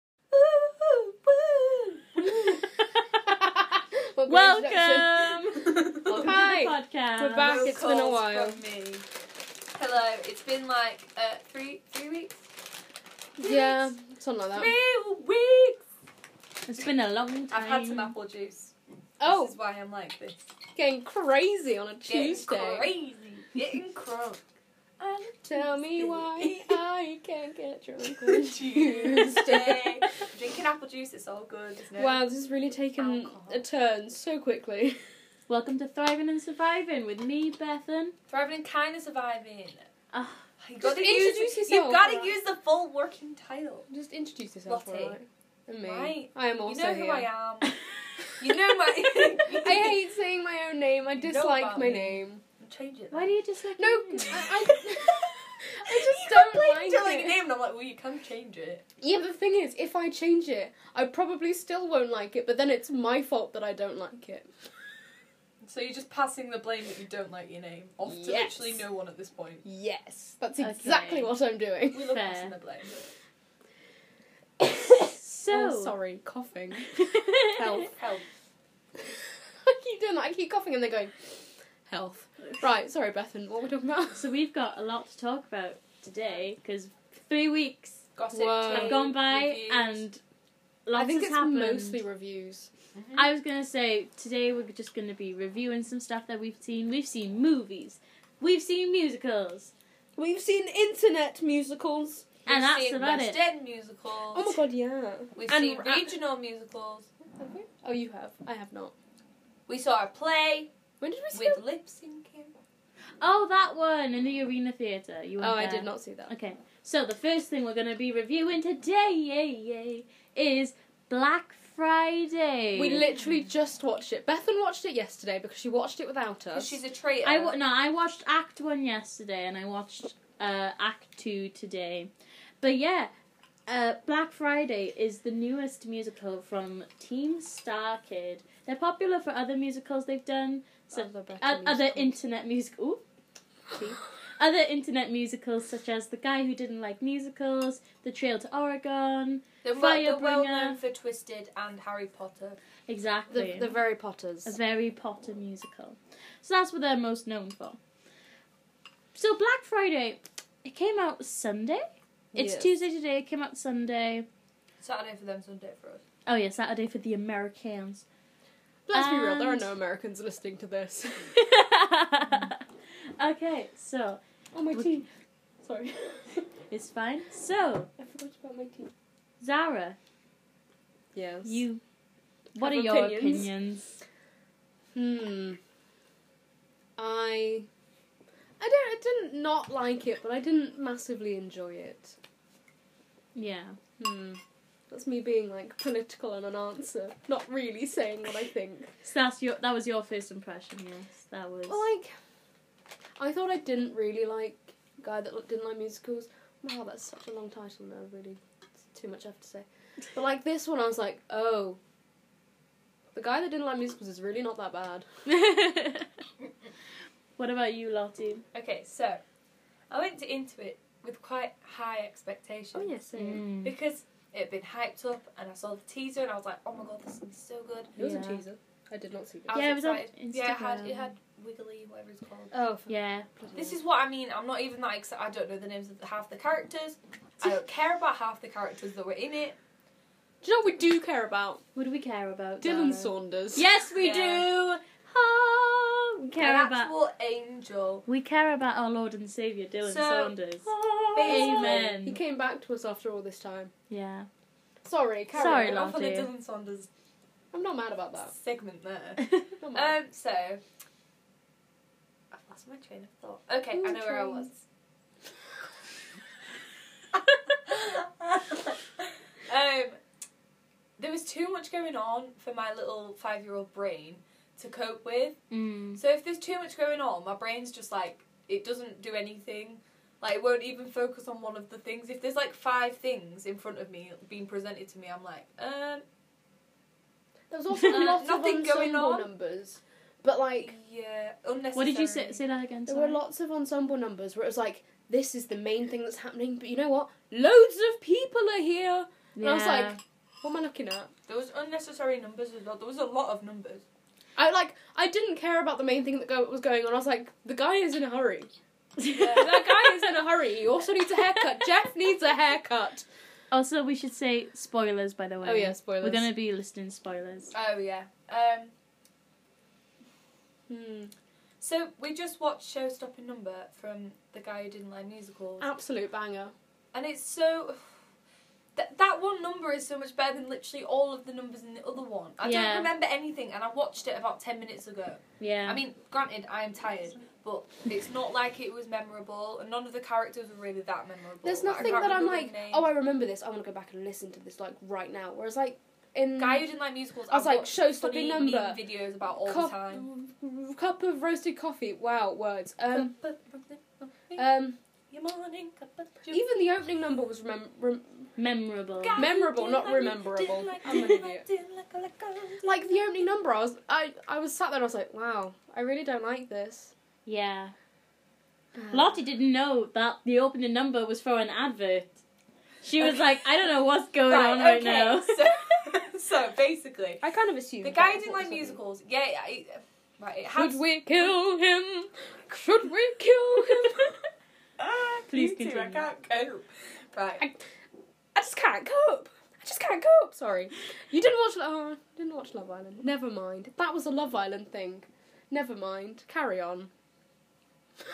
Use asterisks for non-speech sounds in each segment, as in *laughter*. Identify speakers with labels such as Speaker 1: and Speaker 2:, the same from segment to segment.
Speaker 1: *laughs* Welcome!
Speaker 2: Welcome to
Speaker 1: Hi.
Speaker 2: the podcast.
Speaker 1: We're back. It's been a
Speaker 3: calls
Speaker 1: while.
Speaker 3: from me. Hello, it's been like uh, three three weeks.
Speaker 1: Yeah, something like that.
Speaker 3: Three weeks.
Speaker 2: It's been a long time.
Speaker 3: I've had
Speaker 2: *laughs*
Speaker 3: some apple juice.
Speaker 1: Oh,
Speaker 3: this is why I'm like this.
Speaker 1: getting crazy on a
Speaker 3: Getting
Speaker 1: Tuesday.
Speaker 3: crazy,
Speaker 1: *laughs*
Speaker 3: getting crunk. And
Speaker 1: Tell me
Speaker 3: Tuesday. *laughs*
Speaker 1: why I can't get drunk on Tuesday.
Speaker 3: Tuesday, drinking apple juice, it's all good, isn't it?
Speaker 1: Wow, this has really taken
Speaker 3: Alcohol.
Speaker 1: a turn so quickly. *laughs*
Speaker 2: Welcome to Thriving and Surviving with me, Bethan.
Speaker 3: thriving and kind of surviving.
Speaker 2: Ah.
Speaker 3: you
Speaker 1: Just
Speaker 3: gotta use,
Speaker 1: introduce
Speaker 3: You've
Speaker 1: yourself,
Speaker 3: got to
Speaker 1: alright.
Speaker 3: use the full working title.
Speaker 1: Just introduce yourself,
Speaker 3: Lottie.
Speaker 1: alright? And me.
Speaker 3: Right.
Speaker 1: I am also
Speaker 3: you know who
Speaker 1: here.
Speaker 3: I am. You know my.
Speaker 1: *laughs*
Speaker 3: *laughs*
Speaker 1: I hate saying my own name. I
Speaker 3: You know
Speaker 1: dislike
Speaker 3: about
Speaker 1: my
Speaker 3: me. *laughs*
Speaker 1: name.
Speaker 3: Change it.
Speaker 2: Why do you dislike
Speaker 1: No,
Speaker 2: your name?
Speaker 1: I, *laughs*
Speaker 3: *laughs*
Speaker 1: I
Speaker 3: you
Speaker 1: just
Speaker 3: can't
Speaker 1: don't
Speaker 3: blame
Speaker 1: like
Speaker 3: telling
Speaker 1: it.
Speaker 3: a name, and I'm like, well, you can change it.
Speaker 1: I... Yeah, but the thing is, if I change it, I probably still won't like it. But then it's my fault that I don't like it.
Speaker 3: So you're just passing the blame that you don't like your name off to
Speaker 1: Yes.
Speaker 3: literally no one at this point.
Speaker 1: Yes, that's
Speaker 2: Okay.
Speaker 1: exactly what
Speaker 2: *laughs*
Speaker 1: I'm doing. *laughs*
Speaker 3: We love
Speaker 2: Fair.
Speaker 3: passing the blame.
Speaker 2: So
Speaker 1: oh, sorry, coughing.
Speaker 2: Health.
Speaker 1: *laughs* Health.
Speaker 3: Help.
Speaker 1: I keep doing that. I keep coughing and then going, health. Right, sorry, Bethan. What were we
Speaker 2: *laughs*
Speaker 1: talking about?
Speaker 2: So we've got a lot to talk about today because three weeks
Speaker 3: Gossip.
Speaker 1: Whoa.
Speaker 2: have gone by
Speaker 3: reviews.
Speaker 2: and lots
Speaker 1: Oh, I think
Speaker 2: has
Speaker 1: it's
Speaker 2: happened.
Speaker 1: mostly reviews.
Speaker 3: Mm-hmm.
Speaker 2: I was gonna say today we're just gonna be reviewing some stuff that we've seen. We've seen movies, we've seen musicals,
Speaker 1: We've seen internet musicals.
Speaker 3: We've
Speaker 2: and that's
Speaker 3: seen
Speaker 2: about
Speaker 3: West
Speaker 2: it.
Speaker 3: End musicals.
Speaker 1: Oh my god, yeah.
Speaker 3: We've
Speaker 1: And
Speaker 3: seen
Speaker 1: ra-
Speaker 3: regional musicals.
Speaker 1: Oh, you have. I have not.
Speaker 3: We saw a play
Speaker 1: When did we see?
Speaker 3: with lip syncing.
Speaker 2: Oh, that one in the arena theatre. You
Speaker 1: Oh,
Speaker 2: weren't
Speaker 1: I
Speaker 2: there.
Speaker 1: did not see that.
Speaker 2: Okay, so the first thing we're gonna be reviewing today yay, yay, is Black Friday.
Speaker 1: We literally just watched it. Bethan watched it yesterday because she watched it without
Speaker 3: 'Cause
Speaker 1: us.
Speaker 3: She's a traitor.
Speaker 2: I wa- no, I watched Act One yesterday, and I watched uh, Act Two today. But yeah, uh, Black Friday is the newest musical from Team Star Kid. They're popular for other musicals they've done, so
Speaker 1: Other better
Speaker 2: uh, other
Speaker 1: musicals.
Speaker 2: internet music. Ooh, tea. other internet musicals such as The Guy Who Didn't Like Musicals, The Trail to Oregon.
Speaker 3: They're well, they're
Speaker 2: Firebringer.
Speaker 3: well known for Twisted and Harry Potter.
Speaker 2: Exactly.
Speaker 1: the, the very Potters.
Speaker 2: a very Potter musical. So that's what they're most known for. So Black Friday, it came out Sunday. It's
Speaker 1: Yes.
Speaker 2: Tuesday today. It came out Sunday.
Speaker 3: Saturday for them, Sunday for us.
Speaker 2: Oh yeah, Saturday for the
Speaker 1: *laughs*
Speaker 2: Americans.
Speaker 1: Let's be real, there are
Speaker 2: And-
Speaker 1: no Americans listening
Speaker 2: *laughs*
Speaker 1: to this.
Speaker 2: okay, so
Speaker 1: oh, my
Speaker 2: We-
Speaker 1: tea. Sorry.
Speaker 2: *laughs* it's fine. So
Speaker 1: I forgot about my tea.
Speaker 2: Zara,
Speaker 1: Yes.
Speaker 2: you, what
Speaker 1: Have
Speaker 2: are your
Speaker 1: opinions?
Speaker 2: opinions?
Speaker 1: Hmm. I. I don't. I didn't not like it, but I didn't massively enjoy it.
Speaker 2: Yeah.
Speaker 1: Hmm. That's me being like political and an answer, not really saying what I think.
Speaker 2: So that's your that was your first impression. Yes, that was.
Speaker 1: Well, like, I thought I didn't really like guy that didn't like musicals. Wow, that's such a long title. No, really, it's too much I have to say. But like this one, I was like, oh, the guy that didn't like musicals is really not that bad.
Speaker 2: *laughs* what about you, Lottie?
Speaker 3: Okay, so I went into it with quite high expectations.
Speaker 2: Oh,
Speaker 1: Oh, yes,
Speaker 2: Mm.
Speaker 3: Because it had been hyped up and I saw the teaser and I was like, oh my god, this is gonna be so good.
Speaker 1: it was a
Speaker 2: Yeah.
Speaker 1: teaser. I did not see it.
Speaker 3: I
Speaker 2: Yeah, it was on
Speaker 3: excited. Yeah, it had, it
Speaker 2: Instagram.
Speaker 3: had Wiggly, whatever it's called.
Speaker 1: Oh, for
Speaker 2: Yeah.
Speaker 3: This is what I mean, I'm not even that excited. I don't know the names of half the characters.
Speaker 2: *laughs*
Speaker 3: I don't care about half the characters that were in it.
Speaker 1: Do you know what we do care about?
Speaker 2: What do we care about? Zara?
Speaker 1: Dylan Saunders.
Speaker 2: Yes, we
Speaker 3: Yeah.
Speaker 2: do. Oh, we care
Speaker 3: An
Speaker 2: about.
Speaker 3: actual angel.
Speaker 2: We care about our Lord and Savior, Dylan
Speaker 3: So-
Speaker 2: Saunders.
Speaker 3: Basically,
Speaker 2: Amen.
Speaker 1: oh, He came back to us after all this time. *laughs*
Speaker 2: Yeah.
Speaker 1: Sorry, carry
Speaker 2: Sorry,
Speaker 1: on.
Speaker 2: love.
Speaker 3: Off on the
Speaker 2: Lottie.
Speaker 3: Dylan Saunders
Speaker 1: I'm not mad about that.
Speaker 3: segment there.
Speaker 1: Not
Speaker 2: Uh,
Speaker 1: mad.
Speaker 3: Um, so I've lost my train of thought. Okay, I
Speaker 1: Ooh,
Speaker 3: know where I was.
Speaker 1: trains.
Speaker 3: um, there was too much going on for my little five-year-old brain to cope with.
Speaker 2: mm.
Speaker 3: So if there's too much going on, my brain's just like it doesn't do anything. Like it won't even focus on one of the things. If there's like five things in front of me being presented to me, I'm like, um,
Speaker 1: There was also
Speaker 2: Uh,
Speaker 1: lots of
Speaker 3: nothing
Speaker 1: ensemble
Speaker 3: going on.
Speaker 1: numbers, but like
Speaker 3: yeah, unnecessary.
Speaker 2: What did you say? Say that again.
Speaker 1: there
Speaker 2: sorry.
Speaker 1: were lots of ensemble numbers where it was like this is the main thing that's happening, but you know what? Loads of people are here. And I was
Speaker 2: Yeah.
Speaker 1: like, what am I looking at?
Speaker 3: There was unnecessary numbers as well. There was a lot of numbers.
Speaker 1: I like I didn't care about the main thing that go- was going on. I was like, the guy is in a hurry. that guy is in
Speaker 2: *laughs*
Speaker 1: a hurry. You also needs a haircut. Jeff needs a haircut.
Speaker 2: Also, we should say spoilers, by the way.
Speaker 1: Oh yeah, spoilers.
Speaker 2: We're gonna be listing spoilers.
Speaker 3: Oh yeah. Um,
Speaker 1: Hmm.
Speaker 3: so we just watched Showstopping Number from the guy who didn't like musicals,
Speaker 1: Absolute banger.
Speaker 3: and it's so. That, that one number is so much better than literally all of the numbers in the other one. I
Speaker 2: Yeah.
Speaker 3: don't remember anything, and I watched it about ten minutes ago.
Speaker 2: Yeah.
Speaker 3: I mean, granted, I am tired, but it's not like it was memorable, and none of the characters were really that memorable.
Speaker 1: There's
Speaker 3: Like, I
Speaker 1: nothing
Speaker 3: can't
Speaker 1: that I'm
Speaker 3: remember
Speaker 1: like,
Speaker 3: the names.
Speaker 1: oh, I remember this. I want to go back and listen to this like right now. Whereas like in
Speaker 3: guy who didn't like musicals.
Speaker 1: I was
Speaker 3: I've
Speaker 1: like,
Speaker 3: watched
Speaker 1: show-stopping
Speaker 3: funny
Speaker 1: number.
Speaker 3: meme videos about all the
Speaker 1: cup,
Speaker 3: time.
Speaker 1: cup of roasted coffee. Wow, words. Um,
Speaker 3: Cup of coffee,
Speaker 1: um.
Speaker 3: your morning cup of juice.
Speaker 1: Even the opening number was remem- rem-
Speaker 2: memorable.
Speaker 3: Guy who
Speaker 1: memorable,
Speaker 3: didn't
Speaker 1: not
Speaker 3: like me,
Speaker 1: rememberable.
Speaker 3: didn't like
Speaker 1: I'm
Speaker 3: me,
Speaker 1: an
Speaker 3: didn't
Speaker 1: idiot.
Speaker 3: didn't like, I like, I like.
Speaker 1: like the opening number. I was I I was sat there. and I was like, wow, I really don't like this.
Speaker 2: Yeah. Um, Lottie didn't know that the opening number was for an advert. She was
Speaker 3: Okay.
Speaker 2: like, I don't know what's
Speaker 3: *laughs*
Speaker 2: going on right
Speaker 3: okay,
Speaker 2: now.
Speaker 3: So, *laughs* so basically,
Speaker 1: I kind of assumed
Speaker 3: the guy who
Speaker 1: that
Speaker 3: didn't
Speaker 1: was what
Speaker 3: like
Speaker 1: was
Speaker 3: musicals. Yeah, I, right. It
Speaker 1: happening.
Speaker 3: has.
Speaker 1: Should we kill him? Should we kill him?
Speaker 3: *laughs* Ah,
Speaker 2: Please
Speaker 3: you two, I
Speaker 2: continue.
Speaker 3: can't cope. Right.
Speaker 1: I just can't cope. I just can't cope. Sorry, you didn't watch. Oh, didn't watch Love Island. Never mind. That was a Love Island thing. Never mind. Carry on. *laughs*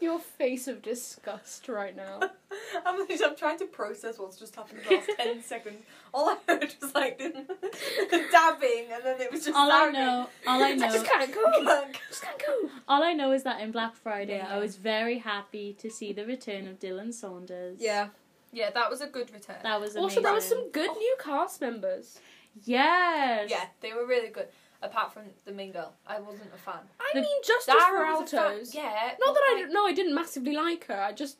Speaker 1: Your face of disgust right now.
Speaker 3: I'm, just- I'm trying to process what's just happened in the last
Speaker 1: *laughs*
Speaker 3: 10 seconds. All I heard was like the, *laughs* the dabbing, and then it was just.
Speaker 2: all I
Speaker 3: sounding-
Speaker 2: know,
Speaker 3: *laughs*
Speaker 2: all I
Speaker 1: I just
Speaker 2: know,
Speaker 1: can't cope. I
Speaker 3: Like,
Speaker 1: just can't cope.
Speaker 2: all I know is that in Black Friday,
Speaker 3: Yeah.
Speaker 2: I was very happy to see the return of Dylan Saunders.
Speaker 1: Yeah.
Speaker 3: yeah, that was a good return.
Speaker 2: that was amazing.
Speaker 1: Also, there were some good new cast members.
Speaker 2: Yes.
Speaker 3: Yeah, they were really good. Apart from the main girl, I wasn't a fan.
Speaker 1: I
Speaker 2: The-
Speaker 1: mean, Justice for
Speaker 3: Dara was a fan.
Speaker 1: Altos.
Speaker 3: Yeah.
Speaker 1: Not
Speaker 3: but,
Speaker 1: that I
Speaker 3: like,
Speaker 1: didn't. No, I didn't massively like her. I just,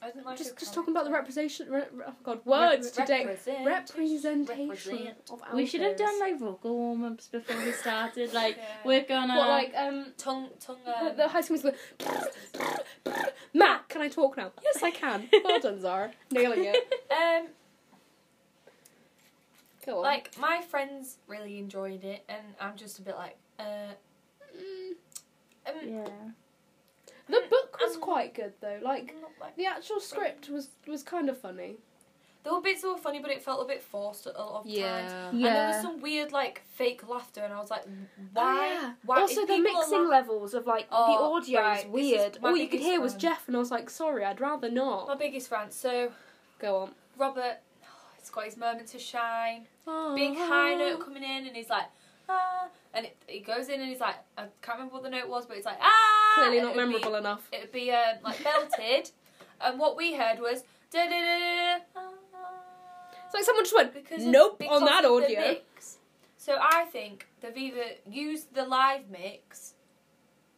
Speaker 3: I didn't like her
Speaker 1: just, just
Speaker 3: character.
Speaker 1: talking about the representation. Re, re- oh God, words today.
Speaker 3: Represent-
Speaker 1: Representation
Speaker 3: Represent.
Speaker 1: of
Speaker 2: We should have
Speaker 1: alphas.
Speaker 2: done like vocal warm ups before we started. Like
Speaker 3: Yeah.
Speaker 2: we're gonna.
Speaker 1: What like um
Speaker 3: Tongue, tongue,
Speaker 1: the-
Speaker 3: um,
Speaker 1: the high school musical. Matt, can I talk now? Yes, I can. Well done, Zara. Nailing it.
Speaker 3: um,
Speaker 1: Go on.
Speaker 3: like my friends really enjoyed it, and I'm just a bit like, uh,
Speaker 1: Mm,
Speaker 3: um,
Speaker 2: yeah.
Speaker 1: the book was
Speaker 3: Um,
Speaker 1: quite good though. Like
Speaker 3: I'm not like
Speaker 1: the actual script was was kind of funny.
Speaker 3: there were bits that were funny, but it felt a bit forced a lot of times.
Speaker 2: Yeah.
Speaker 3: And there was some weird like fake laughter, and I was like, why?
Speaker 1: Oh, yeah.
Speaker 3: Why?
Speaker 1: also,
Speaker 3: if
Speaker 1: the
Speaker 3: people are
Speaker 1: mixing
Speaker 3: laugh-
Speaker 1: levels of like
Speaker 3: Oh,
Speaker 1: the audio
Speaker 3: right,
Speaker 1: is
Speaker 3: this is
Speaker 1: weird.
Speaker 3: my
Speaker 1: All you could
Speaker 3: biggest
Speaker 1: hear was
Speaker 3: fan.
Speaker 1: Jeff, and I was like, "Sorry, I'd rather
Speaker 3: My
Speaker 1: not."
Speaker 3: biggest rant. So
Speaker 1: Go on.
Speaker 3: Robert, oh, he's got his moment to shine. Big high note
Speaker 1: Oh.
Speaker 3: coming in, and he's like, ah, and it, he goes in, and he's like, I can't remember what the note was, but it's like, ah.
Speaker 1: Clearly
Speaker 3: and
Speaker 1: not
Speaker 3: it'd be-
Speaker 1: memorable enough.
Speaker 3: It'd be um, like belted,
Speaker 1: *laughs*
Speaker 3: and what we heard was da da da da. ah.
Speaker 1: It's like someone just went
Speaker 3: because of-
Speaker 1: nope
Speaker 3: because
Speaker 1: on that
Speaker 3: of the
Speaker 1: audio.
Speaker 3: mix. So I think they've either used the live mix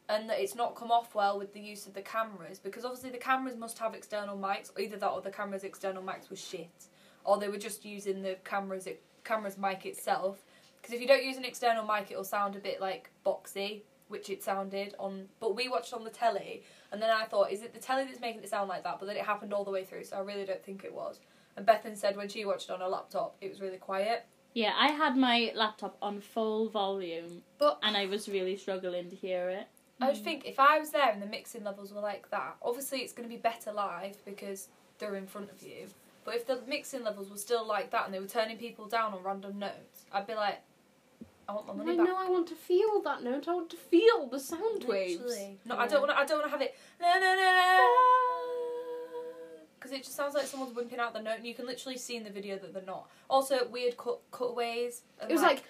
Speaker 3: and that it's not come off well with the use of the cameras because obviously the cameras must have external mics. Either that or the cameras' external mics was shit, or they were just using the cameras cameras mic itself. Because if you don't use an external mic, it'll sound a bit like boxy, which it sounded on. But we watched on the telly, and then I thought, is it the telly that's making it sound like that? But then it happened all the way through, so I really don't think it was. And Bethan said when she watched it on her laptop, it was really quiet.
Speaker 2: Yeah, I had my laptop on full volume,
Speaker 3: But
Speaker 2: and I was really struggling to hear it.
Speaker 3: I just think if I was there and the mixing levels were like that, obviously it's going to be better live because they're in front of you. But if the mixing levels were still like that and they were turning people down on random notes, I'd be like, I want my
Speaker 1: I
Speaker 3: money back.
Speaker 1: know I want to feel that note. I want to feel the sound waves.
Speaker 3: Literally. No, I don't want. to. I don't want to have it. No, no, Because it just sounds like someone's wimping out the note, and you can literally see in the video that they're not. Also, weird cut cutaways. and
Speaker 1: It was like,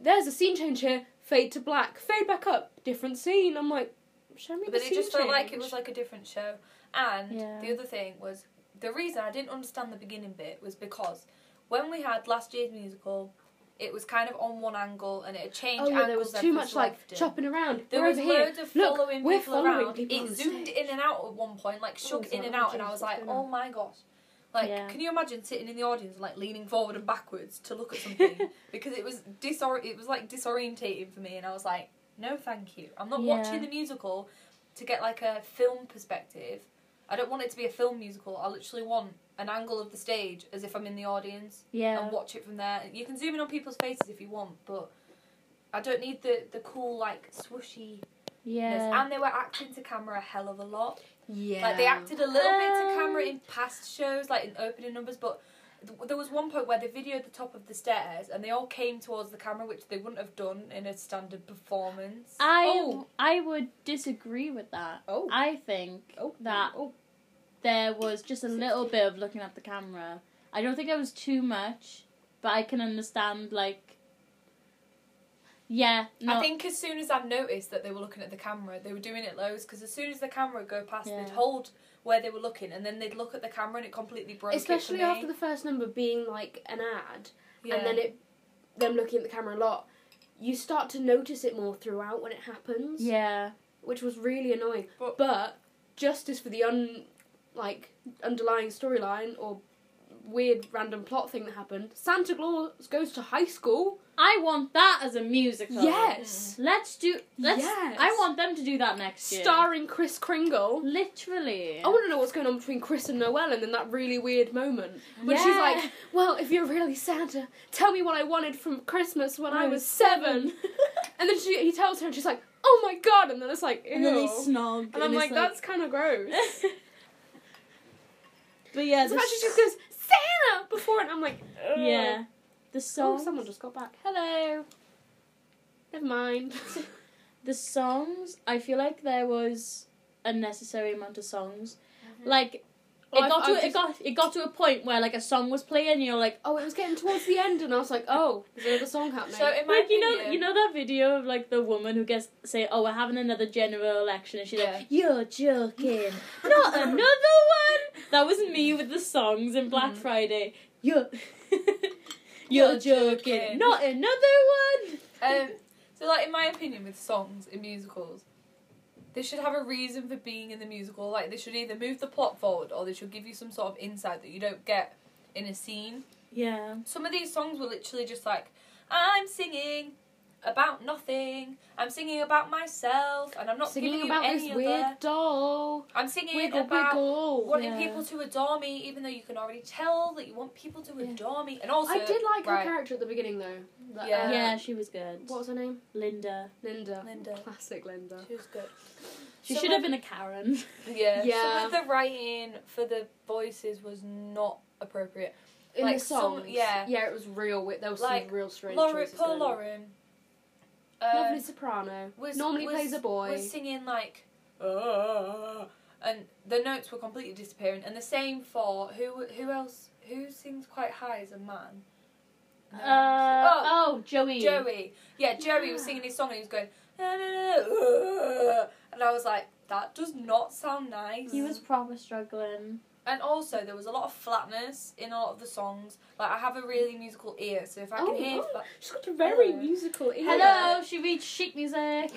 Speaker 1: there's a scene change here. Fade to black. Fade back up. Different scene. I'm like, show me the
Speaker 3: but
Speaker 1: scene
Speaker 3: it just felt like it
Speaker 1: change.
Speaker 3: was like a different show. And
Speaker 2: Yeah.
Speaker 3: the other thing was the reason I didn't understand the beginning bit was because when we had last year's musical, it was kind of on one angle and it had changed.
Speaker 1: Oh yeah, there
Speaker 3: angles
Speaker 1: was too
Speaker 3: every
Speaker 1: much
Speaker 3: so
Speaker 1: like
Speaker 3: often.
Speaker 1: chopping around.
Speaker 3: There
Speaker 1: we're
Speaker 3: was
Speaker 1: over here.
Speaker 3: loads of
Speaker 1: Look,
Speaker 3: following
Speaker 1: we're
Speaker 3: people
Speaker 1: following
Speaker 3: around.
Speaker 1: people on
Speaker 3: it zoomed
Speaker 1: stage.
Speaker 3: in and out at one point, like shook
Speaker 1: it's
Speaker 3: in
Speaker 1: like,
Speaker 3: and
Speaker 1: oh,
Speaker 3: out, and I
Speaker 1: Jesus,
Speaker 3: was
Speaker 1: what's
Speaker 3: like,
Speaker 1: going
Speaker 3: "Oh
Speaker 1: on?"
Speaker 3: my gosh!" Like,
Speaker 2: Yeah.
Speaker 3: can you imagine sitting in the audience, like leaning forward and backwards to look at
Speaker 1: *laughs*
Speaker 3: something because it was disor- It was like disorientating for me, and I was like, "No, thank you. I'm not
Speaker 2: Yeah.
Speaker 3: watching the musical to get like a film perspective. I don't want it to be a film musical. I literally want an angle of the stage as if I'm in the audience
Speaker 2: Yeah.
Speaker 3: and watch it from there. You can zoom in on people's faces if you want, but." I don't need the, the cool like swooshy.
Speaker 2: Yeah.
Speaker 3: And they were acting to camera a hell of a lot.
Speaker 1: Yeah.
Speaker 3: Like they acted a little bit to camera
Speaker 2: Um.
Speaker 3: in past shows, like in opening numbers, but th- there was one point where they videoed the top of the stairs and they all came towards the camera, which they wouldn't have done in a standard performance.
Speaker 2: I
Speaker 3: oh,
Speaker 2: I would disagree with that.
Speaker 3: oh,
Speaker 2: I think
Speaker 3: oh,
Speaker 2: that
Speaker 3: oh,
Speaker 2: there was just a little bit of looking at the camera. I don't think it was too much, but I can understand like. Yeah, no,
Speaker 3: I think as soon as I'd noticed that they were looking at the camera, they were doing it loads because as soon as the camera would go past,
Speaker 2: Yeah.
Speaker 3: they'd hold where they were looking and then they'd look at the camera and it completely broke.
Speaker 1: Especially
Speaker 3: it for me.
Speaker 1: after the first number being like an ad,
Speaker 3: yeah.
Speaker 1: and then it, them looking at the camera a lot. You start to notice it more throughout when it happens.
Speaker 2: yeah,
Speaker 1: Which was really annoying.
Speaker 3: But-
Speaker 1: But justice for the un, like underlying storyline or weird random plot thing that happened. Santa Claus goes to high school.
Speaker 2: I want that as a musical.
Speaker 1: Yes.
Speaker 2: let's do. Let's.
Speaker 1: Yes.
Speaker 2: I want them to do that next year.
Speaker 1: Starring Chris Kringle.
Speaker 2: literally.
Speaker 1: I want to know what's going on between Chris and Noel and then that really weird moment when she's
Speaker 2: Yeah. *laughs*
Speaker 1: like, Well, if you're really Santa, tell me what I wanted from Christmas when I was seven. and then she, he tells her and she's like, Oh my god! And then it's like, Ew.
Speaker 2: and then they snog.
Speaker 1: And I'm like,
Speaker 2: it's *laughs*
Speaker 1: That's kind of *laughs* gross.
Speaker 2: but yeah,
Speaker 1: so
Speaker 2: the
Speaker 1: actually
Speaker 2: s-
Speaker 1: she just goes, Santa! Before and I'm like, Ugh.
Speaker 2: yeah, the
Speaker 1: Oh,
Speaker 2: song.
Speaker 1: someone just got back. Hello. Never *laughs* mind.
Speaker 2: the songs i feel like there was a necessary amount of songs
Speaker 3: Mm. Mm-hmm.
Speaker 2: like it
Speaker 1: Well,
Speaker 2: got
Speaker 1: Oh, I've-
Speaker 2: to
Speaker 1: I've
Speaker 2: it got it got to a point where like a song was playing and you're like
Speaker 1: oh, it was getting towards the end and I was like, Oh, there's another song happening.
Speaker 3: so in my
Speaker 2: like you know
Speaker 1: *laughs*
Speaker 3: opinion-
Speaker 2: you know that video of like the woman who gets say oh we're having another general election and she's like you're joking not
Speaker 1: uh,
Speaker 2: another one that was me with the songs in black
Speaker 3: Mhm.
Speaker 2: friday you're *laughs* you're,
Speaker 3: You're
Speaker 2: joking.
Speaker 3: joking.
Speaker 2: not another one
Speaker 3: *laughs* Um, so, like in my opinion, with songs in musicals, they should have a reason for being in the musical. Like they should either move the plot forward or they should give you some sort of insight that you don't get in a scene.
Speaker 2: yeah
Speaker 3: Some of these songs were literally just like, "I'm singing about nothing. I'm singing about myself, and I'm not giving
Speaker 1: Singing
Speaker 3: you
Speaker 1: about
Speaker 3: any
Speaker 1: this
Speaker 3: other.
Speaker 1: weird doll.
Speaker 3: I'm singing
Speaker 1: Wiggle,
Speaker 3: about."
Speaker 1: wiggle.
Speaker 3: Wanting
Speaker 2: Yeah.
Speaker 3: people to adore me, even though you can already tell that you want people to
Speaker 1: Yeah.
Speaker 3: adore me, and also
Speaker 1: I did like her
Speaker 3: right,
Speaker 1: character at the beginning though. That,
Speaker 3: Yeah.
Speaker 1: uh,
Speaker 2: yeah she was good
Speaker 1: What was her name?
Speaker 2: linda
Speaker 1: Linda.
Speaker 3: Linda.
Speaker 1: Classic Linda.
Speaker 3: She was good.
Speaker 2: She
Speaker 3: Some
Speaker 2: should
Speaker 3: of-
Speaker 2: have been a Karen. *laughs*
Speaker 3: Yeah.
Speaker 1: Yeah.
Speaker 3: Some of the writing for the voices was not appropriate.
Speaker 1: In
Speaker 3: Like
Speaker 1: the songs.
Speaker 3: some- yeah.
Speaker 1: Yeah, it was real. wi- There was
Speaker 3: Like,
Speaker 1: some real strange
Speaker 3: Lauren,
Speaker 1: choices.
Speaker 3: poor
Speaker 1: going on.
Speaker 3: Lauren. Uh,
Speaker 1: Lovely soprano.
Speaker 3: was-
Speaker 1: Normally
Speaker 3: was-
Speaker 1: plays a boy.
Speaker 3: was singing like, "Ah," and the notes were completely disappearing. And the same for who? Who else? Who sings quite high as a man?
Speaker 2: Uh,
Speaker 3: No. oh,
Speaker 2: oh, Joey.
Speaker 3: Joey. Yeah, Joey was singing his song and he was going, "Na, na, na, na, ah," and I was like, that does not sound nice.
Speaker 2: He was proper struggling.
Speaker 3: And also, there was a lot of flatness in a lot of the songs. Like, I have a really musical ear, so if I
Speaker 1: oh,
Speaker 3: can hear.
Speaker 1: oh,
Speaker 3: fla-
Speaker 1: she's got a very
Speaker 3: Hello.
Speaker 1: musical ear.
Speaker 2: Hello, she reads chic
Speaker 3: *laughs*
Speaker 2: music.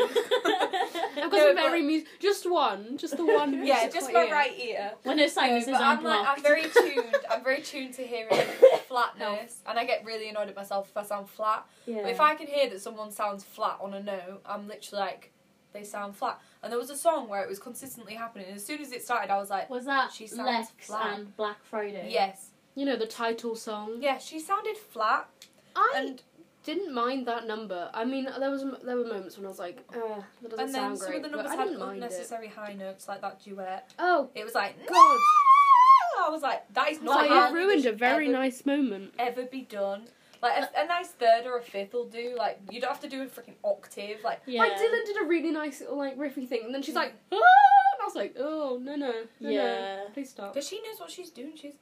Speaker 1: I've got
Speaker 3: No,
Speaker 1: some very
Speaker 3: but-
Speaker 1: music. Just one. Just the one.
Speaker 3: *laughs* yeah,
Speaker 1: musical
Speaker 3: just my
Speaker 1: ear.
Speaker 3: right ear.
Speaker 2: when her
Speaker 3: No,
Speaker 2: sinuses
Speaker 3: but
Speaker 2: are
Speaker 3: I'm like, I'm
Speaker 2: blocked.
Speaker 3: very tuned. I'm very tuned to hearing
Speaker 1: *laughs*
Speaker 3: flatness, and I get really annoyed at myself if I sound flat.
Speaker 2: *laughs* Yeah.
Speaker 3: But if I can hear that someone sounds flat on a note, I'm literally like, they sound flat. And there was a song where it was consistently happening. And as soon as it started, I was like,
Speaker 2: was that
Speaker 3: She sounds
Speaker 2: Lex
Speaker 3: flat.
Speaker 2: and Black Friday?
Speaker 3: yes,
Speaker 1: You know the title song.
Speaker 3: yeah, she sounded flat.
Speaker 1: I
Speaker 3: And
Speaker 1: didn't mind that number. I mean, there was there were moments when I was like, uh, that doesn't
Speaker 3: and then
Speaker 1: sound
Speaker 3: some
Speaker 1: great.
Speaker 3: of the
Speaker 1: but
Speaker 3: numbers
Speaker 1: I
Speaker 3: had
Speaker 1: didn't mind it.
Speaker 3: unnecessary high notes like that duet.
Speaker 1: Oh
Speaker 3: It was like, no!
Speaker 1: God.
Speaker 3: I was like, that is
Speaker 1: So
Speaker 3: not
Speaker 1: Oh, you
Speaker 3: how
Speaker 1: have ruined a
Speaker 3: should
Speaker 1: very
Speaker 3: ever,
Speaker 1: nice moment.
Speaker 3: ever be done. Like a, a nice third or a fifth will do. Like you don't have to do a freaking octave. Like
Speaker 2: Yeah.
Speaker 1: Like Dylan did a really nice like riffy thing, and then she's like, "Ah," and I was like, oh no no, no no,
Speaker 2: Yeah.
Speaker 1: please stop.
Speaker 3: because she knows what she's doing. She's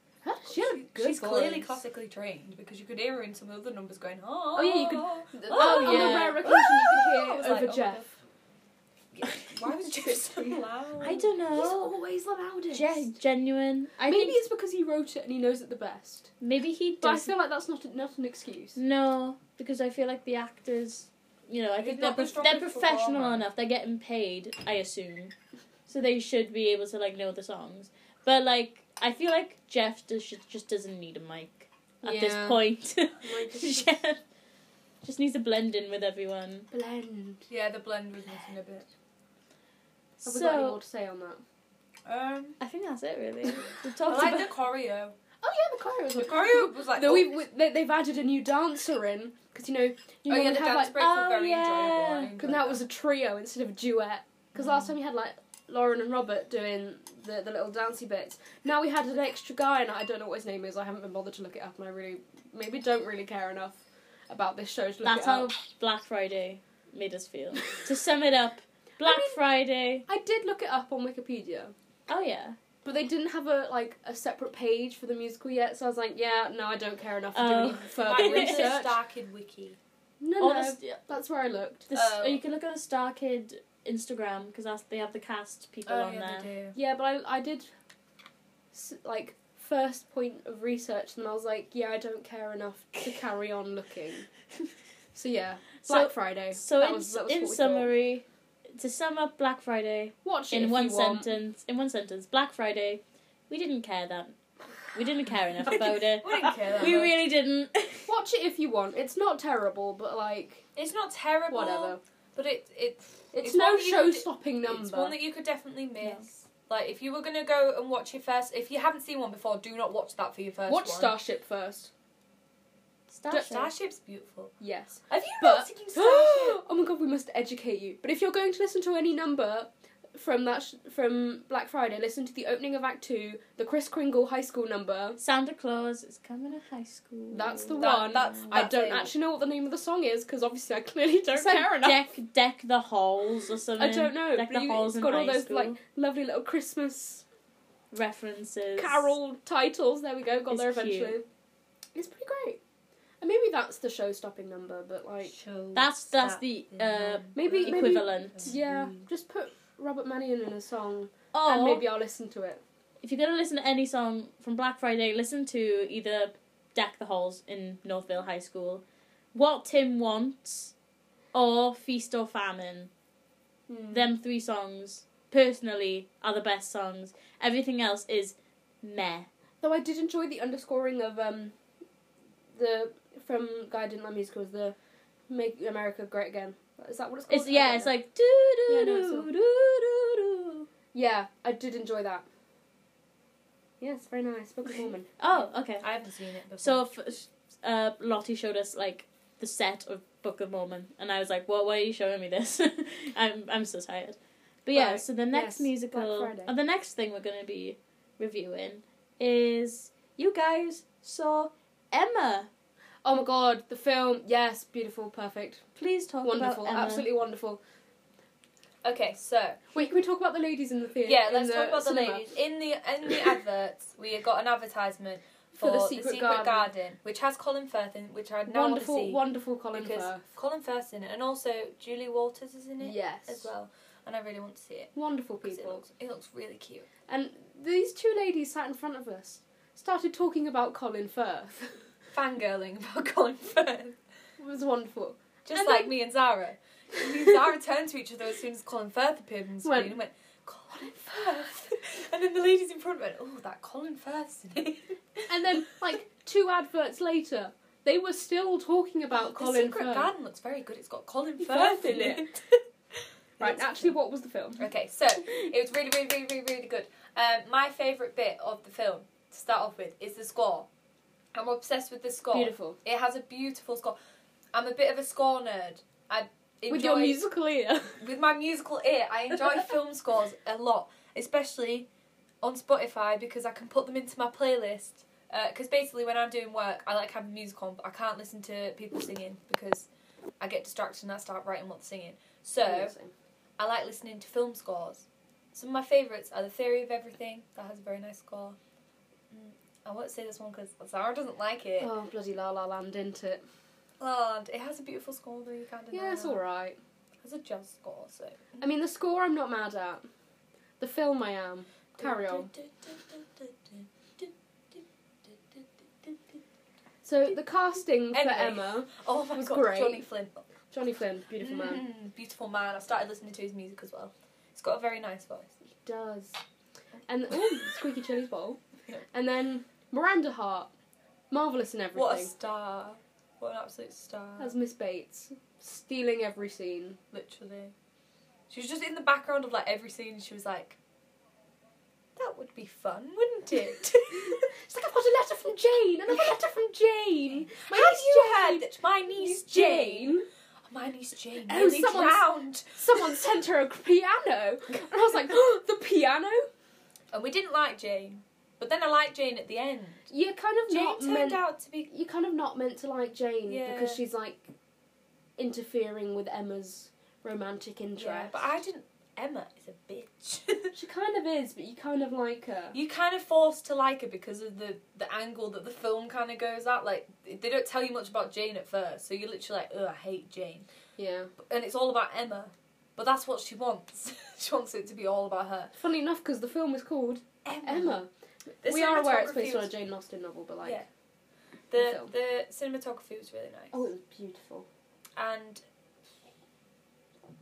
Speaker 1: She had a good
Speaker 3: she's clearly
Speaker 1: voice.
Speaker 3: classically trained because you could hear her in some other numbers going. Oh,
Speaker 1: yeah, you could-
Speaker 3: could.
Speaker 1: Oh,
Speaker 2: Oh,
Speaker 1: on the
Speaker 2: yeah.
Speaker 1: rare occasion you
Speaker 3: I
Speaker 1: could
Speaker 3: was
Speaker 1: hear
Speaker 3: like,
Speaker 1: over
Speaker 3: oh my
Speaker 1: Jeff.
Speaker 3: God. Why was Jeff
Speaker 1: *laughs*
Speaker 3: so loud?
Speaker 2: I don't
Speaker 1: He's
Speaker 2: know.
Speaker 1: always the loudest.
Speaker 2: Ge- genuine. I
Speaker 1: Maybe
Speaker 2: think
Speaker 1: it's because he wrote it and he knows it the best.
Speaker 2: maybe he
Speaker 1: But I
Speaker 2: does. Mm.
Speaker 1: feel like that's not a, not an excuse.
Speaker 2: No, because I feel like the actors, you know, I
Speaker 3: He's
Speaker 2: think they're
Speaker 3: not the
Speaker 2: prof- they're
Speaker 3: strongest
Speaker 2: professional
Speaker 3: performer.
Speaker 2: enough. They're getting paid, I assume, so they should be able to like know the songs. But like, I feel like Jeff does, should- just doesn't need a mic at
Speaker 1: Yeah.
Speaker 2: this point. *laughs*
Speaker 1: Like, just
Speaker 2: Jeff just needs to blend in with everyone.
Speaker 1: blend.
Speaker 3: Yeah, the blend was missing a bit.
Speaker 1: Have Oh, we got any
Speaker 2: So
Speaker 1: more to say on that?
Speaker 3: Um,
Speaker 2: I think that's it really. We
Speaker 3: I
Speaker 1: *laughs*
Speaker 2: talked
Speaker 3: like
Speaker 2: about
Speaker 3: the choreo.
Speaker 1: Oh yeah, the choreo was
Speaker 3: The
Speaker 1: *laughs* on.
Speaker 3: choreo was like
Speaker 1: No,
Speaker 3: oh,
Speaker 1: we've, we, they, they've added a new dancer in because you know you
Speaker 3: oh yeah,
Speaker 1: normally
Speaker 3: the
Speaker 1: have
Speaker 3: dance
Speaker 1: like
Speaker 3: breaks
Speaker 2: oh,
Speaker 3: were very
Speaker 2: yeah.
Speaker 3: enjoyable. I
Speaker 1: because that was a trio instead of a duet. Because
Speaker 2: Mm.
Speaker 1: last time you had like Lauren and Robert doing the, the little dancey bits. Now we had an extra guy, and I don't know what his name is. I haven't been bothered to look it up, and I really maybe don't really care enough about this show to look
Speaker 2: That's
Speaker 1: it up.
Speaker 2: how Black Friday made us feel. *laughs* to sum it up, Black
Speaker 1: I mean-
Speaker 2: Friday.
Speaker 1: I did look it up on Wikipedia,
Speaker 2: Oh yeah.
Speaker 1: but they didn't have a like a separate page for the musical yet. So I was like, yeah, no, I don't care enough to
Speaker 2: Oh.
Speaker 1: do any
Speaker 3: Like,
Speaker 2: *laughs*
Speaker 1: further
Speaker 3: we just
Speaker 1: research.
Speaker 3: started wiki.
Speaker 1: No,
Speaker 2: Or
Speaker 1: no,
Speaker 2: the st-
Speaker 1: that's where I looked. Uh,
Speaker 2: the,
Speaker 3: Oh.
Speaker 2: You can look at the Star Kid Instagram because they have the cast people on there.
Speaker 3: Oh, do.
Speaker 1: Oh, Yeah, but I, I did s- like first point of research, and I was like, yeah, I don't care enough to carry on looking. So yeah, Black
Speaker 2: So,
Speaker 1: Friday.
Speaker 2: so
Speaker 1: that
Speaker 2: in,
Speaker 1: was, that was
Speaker 2: in
Speaker 1: what we
Speaker 2: summary, to sum up Black Friday
Speaker 1: thought. watch it
Speaker 2: in
Speaker 1: if
Speaker 2: one
Speaker 1: you want.
Speaker 2: sentence, in one sentence, Black Friday, we didn't care that. We didn't care
Speaker 1: *laughs*
Speaker 2: enough about it.
Speaker 3: We didn't care that
Speaker 2: We
Speaker 3: much.
Speaker 2: really didn't.
Speaker 1: Watch it if you want. It's not terrible, but like
Speaker 3: It's not terrible,
Speaker 1: whatever.
Speaker 3: but it it
Speaker 1: It's,
Speaker 3: It's
Speaker 1: no
Speaker 3: one that you could-
Speaker 1: show-stopping number.
Speaker 3: it's one that you could definitely miss. Like if you were gonna go and watch your first, if you haven't seen one before, do not watch that for your first.
Speaker 1: watch
Speaker 3: one.
Speaker 1: Starship first.
Speaker 2: Starship.
Speaker 3: Starship's beautiful. *gasps*
Speaker 1: Yes.
Speaker 3: Have you
Speaker 1: But- *gasps*
Speaker 3: not seen Starship?
Speaker 1: oh my god, we must educate you. But if you're going to listen to any number from that sh- from Black Friday, listen to the opening of Act Two, the Chris Kringle High School number.
Speaker 2: Santa Claus is coming to high school.
Speaker 1: That's the
Speaker 3: That-
Speaker 1: one.
Speaker 3: that's-
Speaker 1: I
Speaker 3: that's
Speaker 1: don't
Speaker 3: it.
Speaker 1: actually know what the name of the song is because obviously I clearly don't
Speaker 2: It's like
Speaker 1: care enough.
Speaker 2: deck, deck the halls or something.
Speaker 1: I don't know.
Speaker 2: Deck
Speaker 1: but
Speaker 2: the
Speaker 1: you-
Speaker 2: halls
Speaker 1: it's
Speaker 2: in
Speaker 1: got all
Speaker 2: high
Speaker 1: those
Speaker 2: school.
Speaker 1: like lovely little Christmas
Speaker 2: references.
Speaker 1: carol titles. There we go. Got
Speaker 2: It's
Speaker 1: there
Speaker 2: cute.
Speaker 1: eventually. It's pretty great. And maybe that's the show-stopping number, but like,
Speaker 3: Show
Speaker 2: That's that's
Speaker 3: that
Speaker 2: the uh,
Speaker 3: number.
Speaker 1: Maybe- maybe-
Speaker 2: equivalent.
Speaker 1: yeah,
Speaker 2: Hmm.
Speaker 1: Oh. just put Robert Mannion in a song, and
Speaker 2: Or
Speaker 1: maybe I'll listen to it.
Speaker 2: if you're gonna listen to any song from Black Friday, listen to either "Deck the Halls" in Northville High School, "What Tim Wants," or "Feast or Famine."
Speaker 1: Hmm.
Speaker 2: Them three songs, personally, are the best songs. Everything else is meh.
Speaker 1: Though I did enjoy the underscoring of um, the from Guy Didn't Like Musicals, the Make America Great Again. Is that what it's called?
Speaker 2: It's
Speaker 1: I don't
Speaker 2: yeah, it's
Speaker 1: know.
Speaker 2: like do do
Speaker 1: Yeah, no, it's all-
Speaker 2: do do do do.
Speaker 1: Yeah, I did enjoy that. Yes, very nice. Book of Mormon.
Speaker 2: Oh, okay.
Speaker 3: I haven't seen it before.
Speaker 2: So, f- uh, Lottie showed us like the set of Book of Mormon, and I was like, "Well, why are you showing me this? *laughs* I'm I'm so tired." But yeah,
Speaker 1: Right,
Speaker 2: so the next
Speaker 1: yes,
Speaker 2: musical,
Speaker 1: Black Friday.
Speaker 2: or the next thing we're going to be reviewing is you guys saw Emma.
Speaker 1: *laughs* Oh my god, the film. Yes, beautiful, perfect,
Speaker 2: Please talk
Speaker 1: wonderful,
Speaker 2: about Emma.
Speaker 1: absolutely wonderful.
Speaker 3: okay, so
Speaker 1: Wait, can we talk about the ladies in the theatre?
Speaker 3: yeah,
Speaker 1: in
Speaker 3: let's
Speaker 1: the
Speaker 3: talk about the
Speaker 1: cinema?
Speaker 3: ladies in the in the adverts. We have got an advertisement for,
Speaker 1: Oh,
Speaker 3: the Secret, Garden. which has Colin Firth in, which I now
Speaker 1: Wonderful,
Speaker 3: want to see
Speaker 1: wonderful Colin
Speaker 3: because
Speaker 1: Firth.
Speaker 3: Colin Firth's in it, and also Julie Walters is in it
Speaker 1: Yes,
Speaker 3: as well, and I really want to see it.
Speaker 1: wonderful
Speaker 3: 'cause It
Speaker 1: people.
Speaker 3: looks, it looks really cute.
Speaker 1: And these two ladies sat in front of us, started talking about Colin Firth. *laughs*
Speaker 3: Fangirling *laughs* about Colin Firth.
Speaker 1: it was wonderful.
Speaker 3: Just
Speaker 1: And
Speaker 3: like
Speaker 1: then-
Speaker 3: me and Zara. Me and Zara turned to each other as soon as Colin Firth appeared on screen
Speaker 1: Went-
Speaker 3: and went, Colin Firth! *laughs* And then the ladies in front went, oh, that Colin Firth's in it.
Speaker 1: And then, *laughs* like two adverts later, they were still talking about
Speaker 3: the
Speaker 1: Colin
Speaker 3: Secret
Speaker 1: Firth.
Speaker 3: Garden looks very good. It's got Colin
Speaker 1: Firth
Speaker 3: Firth in
Speaker 1: in
Speaker 3: it. *laughs*
Speaker 1: Right,
Speaker 3: It's-
Speaker 1: actually, what was the film?
Speaker 3: Okay, so it was really, really, really, really, really good. Um, my favourite bit of the film, to start off with, is the score. I'm obsessed with the score.
Speaker 1: Beautiful.
Speaker 3: It has a beautiful score. I'm a bit of a score nerd. I enjoy
Speaker 1: With your musical ear.
Speaker 3: with my musical ear, I
Speaker 1: *laughs*
Speaker 3: enjoy film scores a lot, especially on Spotify because I can put them into my playlist. Because basically, when I'm doing work, I like having music on, but I can't listen to people singing because I get distracted and I start writing what's singing. *laughs* So
Speaker 1: Amazing.
Speaker 3: I like listening to film scores. Some of my favourites are The Theory of Everything, that has a very nice score. Mm, I won't say this one because Zara doesn't like it.
Speaker 1: Oh, bloody La La Land, didn't it?
Speaker 3: Oh, and it has a beautiful score though, you can't deny
Speaker 1: Yeah, it's
Speaker 3: that.
Speaker 1: alright.
Speaker 3: It has a jazz score, so.
Speaker 1: I mean, the score I'm not mad at. The film I am. Carry on. So, the casting for
Speaker 3: Anyway.
Speaker 1: Emma,
Speaker 3: *laughs* Oh my
Speaker 1: was
Speaker 3: god,
Speaker 1: great.
Speaker 3: Johnny Flynn.
Speaker 1: Johnny Flynn, beautiful man.
Speaker 3: Mm, beautiful man. I've started listening to his music as well. He's got a very nice voice.
Speaker 1: He does. And, ooh, *laughs*
Speaker 3: *laughs*
Speaker 1: squeaky chilies bowl.
Speaker 3: Yeah.
Speaker 1: And then Miranda Hart, marvellous in everything.
Speaker 3: What a star. What an absolute star.
Speaker 1: As Miss Bates, stealing every scene.
Speaker 3: Literally. She was just in the background of like every scene. She was like, that that would be fun,
Speaker 1: *laughs*
Speaker 3: wouldn't it?
Speaker 1: It's like I've got a letter from Jane, and I've got a letter from Jane.
Speaker 3: Have you heard
Speaker 1: Jane.
Speaker 3: that my niece Jane, my niece Jane,
Speaker 1: Oh,
Speaker 3: nearly
Speaker 1: someone's-
Speaker 3: drowned?
Speaker 1: Someone sent her a piano, *laughs* and I was like, *gasps* oh, the piano.
Speaker 3: And we didn't like Jane, but then I liked Jane at the end.
Speaker 1: You're kind of
Speaker 3: Jane
Speaker 1: not
Speaker 3: turned
Speaker 1: meant.
Speaker 3: out to be.
Speaker 1: You're kind of not meant to like Jane
Speaker 3: Yeah.
Speaker 1: because she's like interfering with Emma's romantic interest.
Speaker 3: Yeah, but I didn't. Emma is a bitch. *laughs*
Speaker 1: She kind of is, but you kind of like her.
Speaker 3: you kind of forced to like her because of the the angle that the film kind of goes at. Like they don't tell you much about Jane at first, so you're literally like, "Oh, I hate Jane,"
Speaker 1: Yeah.
Speaker 3: and it's all about Emma. But that's what she wants. *laughs* she wants it to be all about her.
Speaker 1: Funny enough, because the film is called Emma.
Speaker 3: The
Speaker 1: we are aware it's
Speaker 3: cinematography
Speaker 1: based on a
Speaker 3: was-
Speaker 1: Jane Austen novel, but like,
Speaker 3: Yeah.
Speaker 1: the
Speaker 3: the
Speaker 1: film.
Speaker 3: the cinematography was really nice.
Speaker 1: oh, it was beautiful.
Speaker 3: And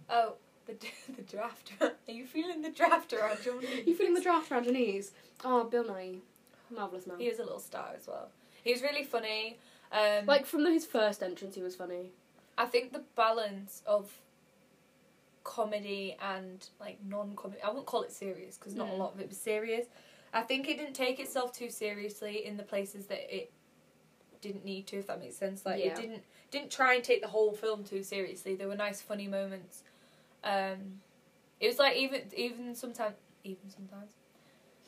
Speaker 3: oh, the d- *laughs* the draft. Are you feeling the draft around your
Speaker 1: *laughs* You feeling the draft around your knees? Oh, Bill Nye, marvelous man.
Speaker 3: He was a little star as well. He was really funny. Um,
Speaker 1: Like from his first entrance, he was funny.
Speaker 3: I think the balance of comedy and like non-comedy I wouldn't call it serious because not a
Speaker 1: Mm.
Speaker 3: lot of it was serious. I think it didn't take itself too seriously in the places that it didn't need to if that makes sense. Like
Speaker 1: Yeah.
Speaker 3: it didn't didn't try and take the whole film too seriously. There were nice funny moments. Um it was like even even sometimes even sometimes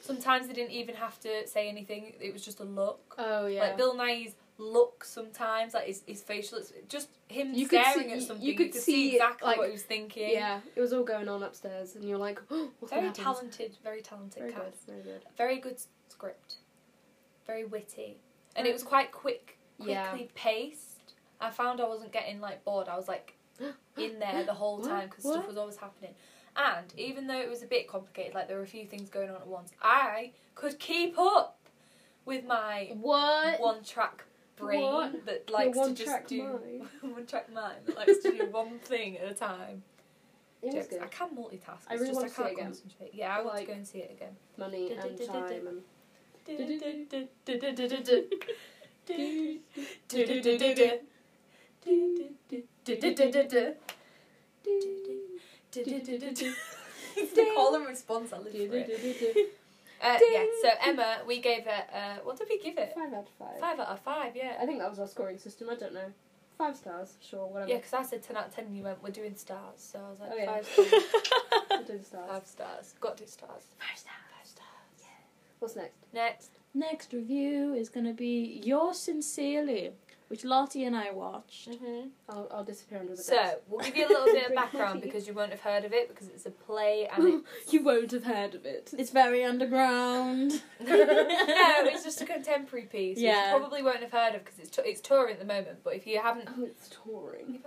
Speaker 3: sometimes they didn't even have to say anything. It was just a look.
Speaker 1: Oh yeah.
Speaker 3: Like Bill Nye's look sometimes, like his, his facial, it's just him
Speaker 1: You could
Speaker 3: staring
Speaker 1: see-
Speaker 3: at
Speaker 1: you-
Speaker 3: something.
Speaker 1: you could see it,
Speaker 3: exactly
Speaker 1: like-
Speaker 3: what he was thinking.
Speaker 1: yeah, it was all going on upstairs, and you're like, *gasps* oh, what's
Speaker 3: very
Speaker 1: going to happen?
Speaker 3: talented, very talented
Speaker 1: Very
Speaker 3: cast.
Speaker 1: good, very good.
Speaker 3: Very good s- script. Very witty, and
Speaker 1: Very-
Speaker 3: it was quite quick, quickly
Speaker 1: Yeah.
Speaker 3: paced. I found I wasn't getting like bored. I was like
Speaker 1: *gasps*
Speaker 3: in there the whole
Speaker 1: What?
Speaker 3: time because
Speaker 1: What?
Speaker 3: stuff was always happening. And even though it was a bit complicated, like there were a few things going on at once, I could keep up with my
Speaker 2: What?
Speaker 3: one track brain
Speaker 1: What?
Speaker 3: that
Speaker 1: Your
Speaker 3: likes to
Speaker 1: one
Speaker 3: just
Speaker 1: track
Speaker 3: do
Speaker 1: mind.
Speaker 3: *laughs* one track mind that likes to do
Speaker 1: *laughs*
Speaker 3: one thing at a time.
Speaker 1: It was
Speaker 3: Jokes. I
Speaker 1: good.
Speaker 3: can multitask.
Speaker 1: I
Speaker 3: It's
Speaker 1: really
Speaker 3: just
Speaker 1: want
Speaker 3: I
Speaker 1: to see it
Speaker 3: can't
Speaker 1: again.
Speaker 3: concentrate. Yeah, I want
Speaker 1: Like-
Speaker 3: to go and see it again.
Speaker 1: *laughs* Money and time. And...
Speaker 3: It's the call and response. I live for it. *laughs* Uh, yeah. So Emma, we gave it. Uh, what did we give it?
Speaker 1: Five out of five.
Speaker 3: Five out of five. Yeah.
Speaker 1: I think that was our scoring system. I don't know. Five stars, sure, whatever.
Speaker 3: Yeah, because I said ten out of ten. You went. We're doing stars. So I was like
Speaker 1: Oh, yeah.
Speaker 3: five stars.
Speaker 1: *laughs* We'll do the stars.
Speaker 3: Five stars. Got two stars.
Speaker 2: Five stars.
Speaker 3: Five stars.
Speaker 1: What's next?
Speaker 3: Next.
Speaker 2: Next review is going to be Yours Sincerely, which Lottie and I watched.
Speaker 3: Mm-hmm.
Speaker 1: I'll, I'll disappear under the
Speaker 3: So
Speaker 1: desk. *laughs*
Speaker 3: we'll give you a little bit of
Speaker 1: Great
Speaker 3: background
Speaker 1: movie.
Speaker 3: because you won't have heard of it because it's a play and it
Speaker 1: you won't have heard of it.
Speaker 2: It's very underground.
Speaker 3: *laughs* no, it's just a contemporary piece. which
Speaker 2: Yeah.
Speaker 3: you probably won't have heard of because it's t- it's touring at the moment. But if you haven't,
Speaker 1: *laughs* Oh, it's
Speaker 3: *laughs*
Speaker 1: touring.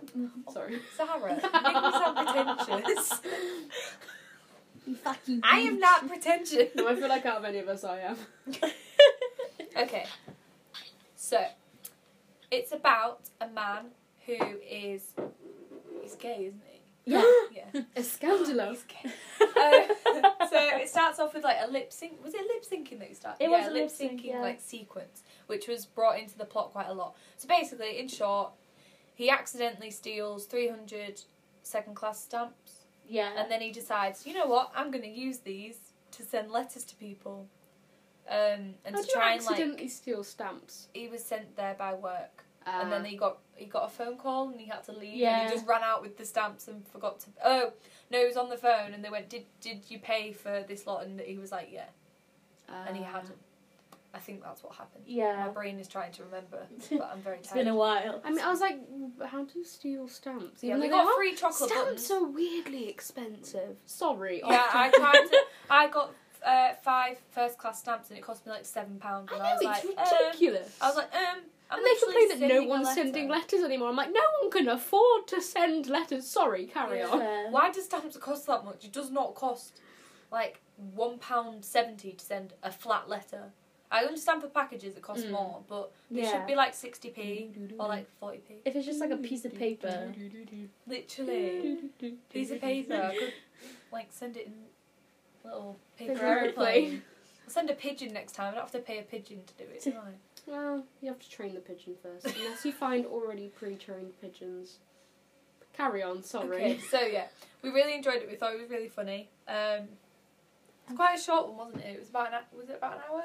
Speaker 1: Sorry.
Speaker 3: Sarah, you make me sound
Speaker 1: *laughs*
Speaker 3: pretentious.
Speaker 2: You *laughs* fucking
Speaker 3: I
Speaker 2: *laughs*
Speaker 3: am not pretentious.
Speaker 1: No, I feel like out of any of us, I am.
Speaker 3: Okay. So, it's about a man who is he's gay, isn't he?
Speaker 2: Yeah.
Speaker 3: *laughs*
Speaker 1: *laughs*
Speaker 3: Yeah.
Speaker 1: A scandalo.
Speaker 3: He's gay. Uh, *laughs* so it starts off with like a lip sync. Was it lip syncing that you started?
Speaker 2: It
Speaker 3: yeah,
Speaker 2: was a
Speaker 3: lip
Speaker 2: lip sync,
Speaker 3: syncing
Speaker 2: yeah.
Speaker 3: like sequence, which was brought into the plot quite a lot. So basically, in short, he accidentally steals 300 second class stamps,
Speaker 2: yeah.
Speaker 3: and then he decides, you know what, I'm going to use these to send letters to people, um, and
Speaker 1: How
Speaker 3: to
Speaker 1: do you
Speaker 3: try and like
Speaker 1: accidentally steal stamps?
Speaker 3: he was sent there by work,
Speaker 1: Uh,
Speaker 3: and then he got he got a phone call and he had to leave, and
Speaker 2: Yeah.
Speaker 3: he just ran out with the stamps and forgot to. Oh no, he was on the phone, and they went, "Did did you pay for this lot?" And he was like, "Yeah," and he
Speaker 1: uh,
Speaker 3: hadn't. I think that's what happened. My
Speaker 2: yeah.
Speaker 3: brain is trying
Speaker 1: *laughs*
Speaker 3: to remember, but I'm very
Speaker 2: It's been a
Speaker 3: tired.
Speaker 2: while.
Speaker 1: I mean, I was like, how do you steal stamps?
Speaker 3: Yeah,
Speaker 1: Even
Speaker 3: we
Speaker 1: though they
Speaker 3: got
Speaker 1: are-
Speaker 3: free chocolate
Speaker 1: Stamps
Speaker 3: buttons.
Speaker 1: are weirdly expensive. Sorry.
Speaker 3: Yeah, I tried to. I got uh, five first class stamps, and it cost me like seven pounds.
Speaker 1: *laughs* I
Speaker 3: And
Speaker 1: know,
Speaker 3: I, was
Speaker 1: it's
Speaker 3: like, um,
Speaker 1: ridiculous.
Speaker 3: I was like, um. I'm
Speaker 1: and they complain
Speaker 3: actually
Speaker 1: that no
Speaker 3: sending a
Speaker 1: one's
Speaker 3: letter.
Speaker 1: sending letters anymore. I'm like, no one can afford to send letters. Sorry, carry
Speaker 3: Yeah.
Speaker 1: on.
Speaker 2: Yeah.
Speaker 3: Why does stamps cost that much? It does not cost like one pound seventy to send a flat letter. I understand for packages it costs
Speaker 1: Mm.
Speaker 3: more, but it
Speaker 2: Yeah.
Speaker 3: should be like sixty p or like forty p.
Speaker 2: If it's just like a piece of
Speaker 1: *laughs*
Speaker 2: paper.
Speaker 3: Literally, piece of paper. I could like send it in little paper
Speaker 1: Paper
Speaker 3: airplane.
Speaker 1: aeroplane.
Speaker 3: I'll send a pigeon next time. I don't have to pay a pigeon to do it.
Speaker 1: *laughs*
Speaker 3: do I?
Speaker 1: Well, you have to train the pigeon first, unless you find already pre-trained pigeons. Carry on. Sorry.
Speaker 3: Okay, so yeah, we really enjoyed it. We thought it was really funny. Um, It's quite a short one, wasn't it? It was about an, hou- was it about an hour?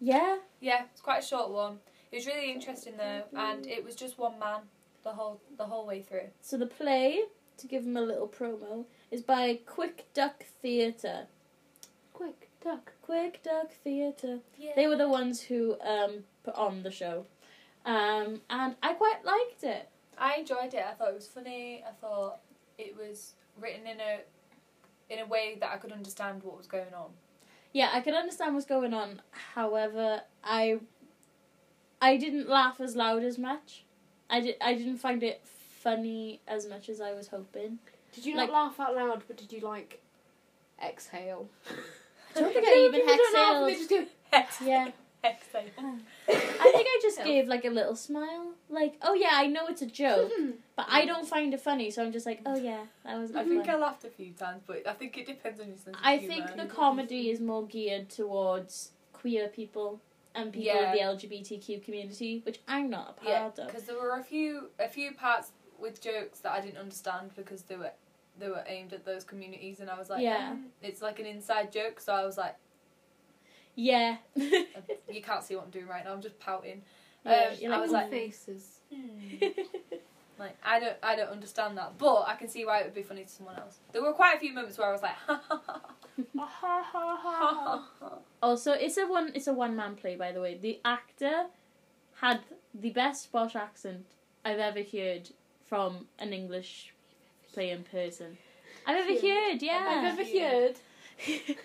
Speaker 2: Yeah.
Speaker 3: Yeah, it's quite a short one. It was really interesting though, and it was just one man the whole the whole way through.
Speaker 2: So the play, to give them a little promo, is by Quick Duck Theatre.
Speaker 1: Quick, duck.
Speaker 2: Quick Duck Theatre.
Speaker 3: Yeah.
Speaker 2: They were the ones who um, put on the show. Um, and I quite liked it.
Speaker 3: I enjoyed it. I thought it was funny. I thought it was written in a in a way that I could understand what was going on.
Speaker 2: Yeah, I can understand what's going on. However, I I didn't laugh as loud as much. I, di- I didn't find it funny as much as I was hoping.
Speaker 1: Did you
Speaker 2: Like-
Speaker 1: not laugh out loud, but did you like exhale?
Speaker 2: I don't
Speaker 3: *laughs*
Speaker 2: think
Speaker 1: You
Speaker 2: I
Speaker 1: know,
Speaker 2: even
Speaker 1: people don't laugh
Speaker 2: exhaled.
Speaker 1: and they just go,
Speaker 2: Yeah. I think I just gave like a little smile. Like, oh yeah, I know it's a
Speaker 1: *laughs*
Speaker 2: joke,
Speaker 1: "Hmm."
Speaker 2: but I don't find it funny, so I'm just like, oh yeah, that was
Speaker 3: I
Speaker 2: not
Speaker 3: think
Speaker 2: funny.
Speaker 3: I laughed a few times, but I think it depends on your sense of
Speaker 2: I
Speaker 3: humour.
Speaker 2: think the comedy is more geared towards queer people and people
Speaker 3: Yeah.
Speaker 2: of the LGBTQ community, which I'm not a
Speaker 3: yeah,
Speaker 2: part of.
Speaker 3: because there were a few a few parts with jokes that I didn't understand because they were they were aimed at those communities, and I was like,
Speaker 2: Yeah.
Speaker 3: "Mm, it's like an inside joke. So I was like,
Speaker 2: Yeah. *laughs*
Speaker 3: Um, you can't see what I'm doing right now. I'm just pouting.
Speaker 2: Yeah,
Speaker 3: um,
Speaker 2: you're
Speaker 3: I
Speaker 2: like,
Speaker 3: was
Speaker 1: "Ooh,
Speaker 3: like,
Speaker 1: faces.
Speaker 2: Hmm. *laughs*
Speaker 3: Like I don't, I don't understand that, but I can see why it would be funny to someone else. There were quite a few moments where I was like, *laughs* ha ha Ah, ha,
Speaker 1: ha ha
Speaker 3: ha ha.
Speaker 2: also, it's a one. It's a one man play, by the way. The actor had the best Welsh accent I've ever heard from an English play in person. I've ever
Speaker 1: Heard.
Speaker 2: heard, yeah.
Speaker 1: I've never *laughs* heard.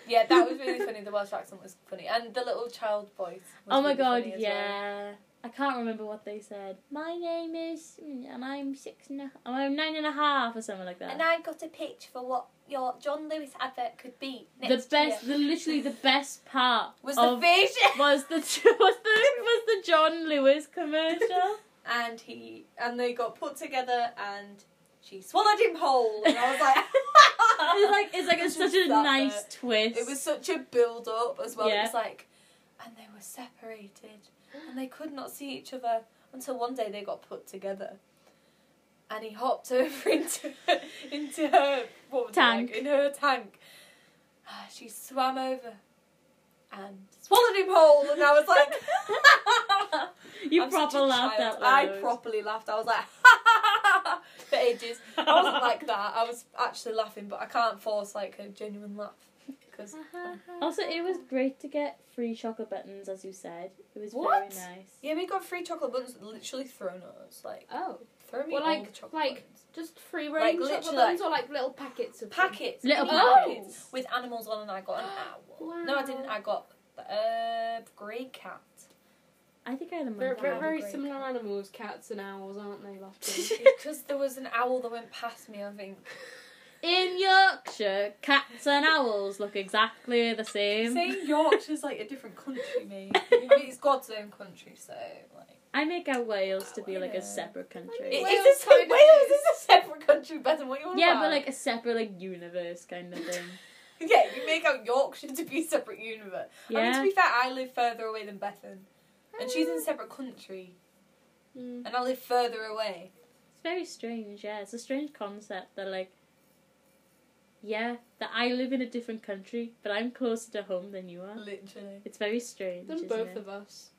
Speaker 3: Yeah, that was
Speaker 2: *laughs*
Speaker 3: really
Speaker 1: *laughs*
Speaker 3: funny. The Welsh accent was funny, and the little child voice. Was
Speaker 2: Oh my
Speaker 3: really
Speaker 2: god,
Speaker 3: funny as well.
Speaker 2: yeah. I can't remember what they said. My name is, and I'm six and a, oh, I'm nine and a half or something like that.
Speaker 3: And I got a pitch for what your John Lewis advert could be.
Speaker 2: the
Speaker 3: Next
Speaker 2: best,
Speaker 3: year.
Speaker 2: the literally the best part
Speaker 3: *laughs* was the
Speaker 2: of,
Speaker 3: vision,
Speaker 2: was
Speaker 3: *laughs*
Speaker 2: the *laughs* was the was the John Lewis commercial.
Speaker 3: *laughs* and he and they got put together, and she swallowed him whole, and I was like, *laughs*
Speaker 2: it's like it's like
Speaker 3: It
Speaker 2: it's
Speaker 3: was *laughs*
Speaker 2: such a
Speaker 3: just that
Speaker 2: nice
Speaker 3: bit.
Speaker 2: twist.
Speaker 3: It was such a build up as well.
Speaker 2: Yeah.
Speaker 3: It was like, and they were separated, and they could not see each other until one day they got put together. And he hopped *laughs* over into into her what was it
Speaker 2: Tank.
Speaker 3: like, in her tank. Ah, She swam over and swallowed him whole, and I was like, *laughs*
Speaker 2: *laughs* you
Speaker 3: I'm such a
Speaker 2: proper laughed
Speaker 3: child.
Speaker 2: out
Speaker 3: I
Speaker 2: loud.
Speaker 3: properly laughed. I was like, *laughs* for ages. I
Speaker 2: *laughs*
Speaker 3: wasn't like that. I was actually laughing, but I can't force like a genuine laugh because
Speaker 2: Also, it was great to get free chocolate buttons, as you said. It was
Speaker 3: What?
Speaker 2: very nice.
Speaker 3: Yeah, we got free chocolate buttons literally thrown at us. Like,
Speaker 1: Oh,
Speaker 3: throw me
Speaker 1: Well,
Speaker 3: all
Speaker 1: like-
Speaker 3: the chocolate
Speaker 1: like
Speaker 3: buttons.
Speaker 1: just free range
Speaker 3: literally,
Speaker 1: chocolate buns or like little packets of them?
Speaker 3: packets.
Speaker 2: Little
Speaker 3: Oh.
Speaker 1: packets.
Speaker 3: With animals on, and I got an owl.
Speaker 1: Wow.
Speaker 3: No, I didn't. I got a grey cat.
Speaker 2: I think I had a
Speaker 1: They're
Speaker 2: monkey.
Speaker 1: ve-
Speaker 3: Wow,
Speaker 1: very
Speaker 3: great.
Speaker 1: similar animals, cats and owls, aren't they? *laughs* Lofty?
Speaker 3: Because there was an owl that went past me, I think.
Speaker 2: In Yorkshire, cats and owls look exactly the same.
Speaker 3: Saying Yorkshire's like a different country, mate. I mean, it's God's own country, so like.
Speaker 2: I make out Wales to be like a
Speaker 3: Wales.
Speaker 2: separate country.
Speaker 1: It- Wales
Speaker 3: Wales, is, Wales
Speaker 1: kind of
Speaker 3: is a separate country, better than what you want
Speaker 2: yeah, but like a separate like universe kind of thing.
Speaker 3: *laughs* Yeah, you make out Yorkshire to be a separate universe. *laughs* I mean, to
Speaker 2: Yeah.
Speaker 3: be fair, I live further away than Bethan. And she's in a separate country.
Speaker 1: Mm.
Speaker 3: And I live further away.
Speaker 2: It's very strange, yeah. It's a strange concept that, like, yeah, that I live in a different country, but I'm closer to home than you are.
Speaker 3: Literally.
Speaker 2: It's very strange.
Speaker 1: Then
Speaker 2: isn't *laughs*
Speaker 1: both
Speaker 2: it?
Speaker 1: of us.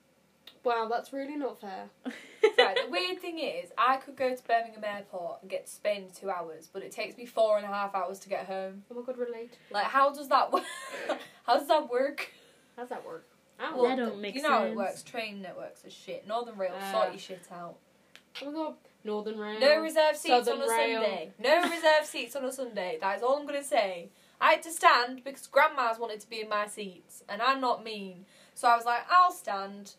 Speaker 1: Wow, that's really not fair.
Speaker 3: Right, the weird thing is, I could go to Birmingham Airport and get to Spain in two hours, but it takes me four and a half hours to get home.
Speaker 1: Oh my god, relate.
Speaker 3: Like, how does that work? *laughs* how does that work?
Speaker 1: How's that work?
Speaker 2: Well,
Speaker 1: Owl.
Speaker 2: That don't make
Speaker 3: You know how it
Speaker 2: sense. Uh,
Speaker 3: works. Train networks are shit. Northern Rail,
Speaker 1: Ah.
Speaker 3: sort your shit out.
Speaker 1: Oh my god, Northern Rail.
Speaker 3: No reserve seats
Speaker 1: Southern
Speaker 3: on a
Speaker 1: Rail.
Speaker 3: Sunday. No reserve seats on a Sunday. That is all I'm going to say. I had to stand because grandma's wanted to be in my seats, and I'm not mean. So I was like, I'll stand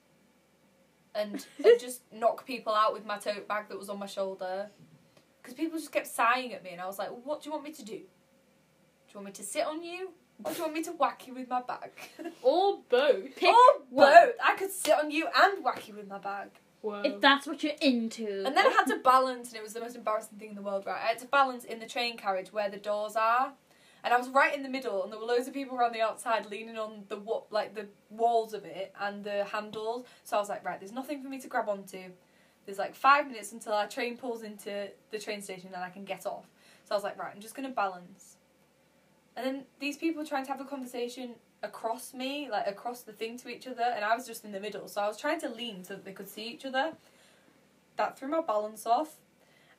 Speaker 3: and, and just knock people out with my tote bag that was on my shoulder. Because people just kept sighing at me, and I was like, What do you want me to do? Do you want me to sit on you? Or do you want me to whack you with my bag?
Speaker 1: Or both.
Speaker 2: Pick
Speaker 3: *laughs* or
Speaker 2: one.
Speaker 3: both! I could sit on you and whack you with my bag.
Speaker 1: Whoa.
Speaker 2: If that's what you're into.
Speaker 3: Oh. And then I had
Speaker 2: *laughs*
Speaker 3: to balance, and it was the most embarrassing thing in the world, right? I had to balance in the train carriage where the doors are, and I was right in the middle, and there were loads of people around the outside leaning on the wa- like the walls of it and the handles. So I was like, right, there's nothing for me to grab onto. There's like five minutes until our train pulls into the train station, and I can get off. So I was like, right, I'm just gonna balance. And then these people trying to have a conversation across me, like across the thing to each other, and I was just in the middle. So I was trying to lean so that they could see each other. That threw my balance off.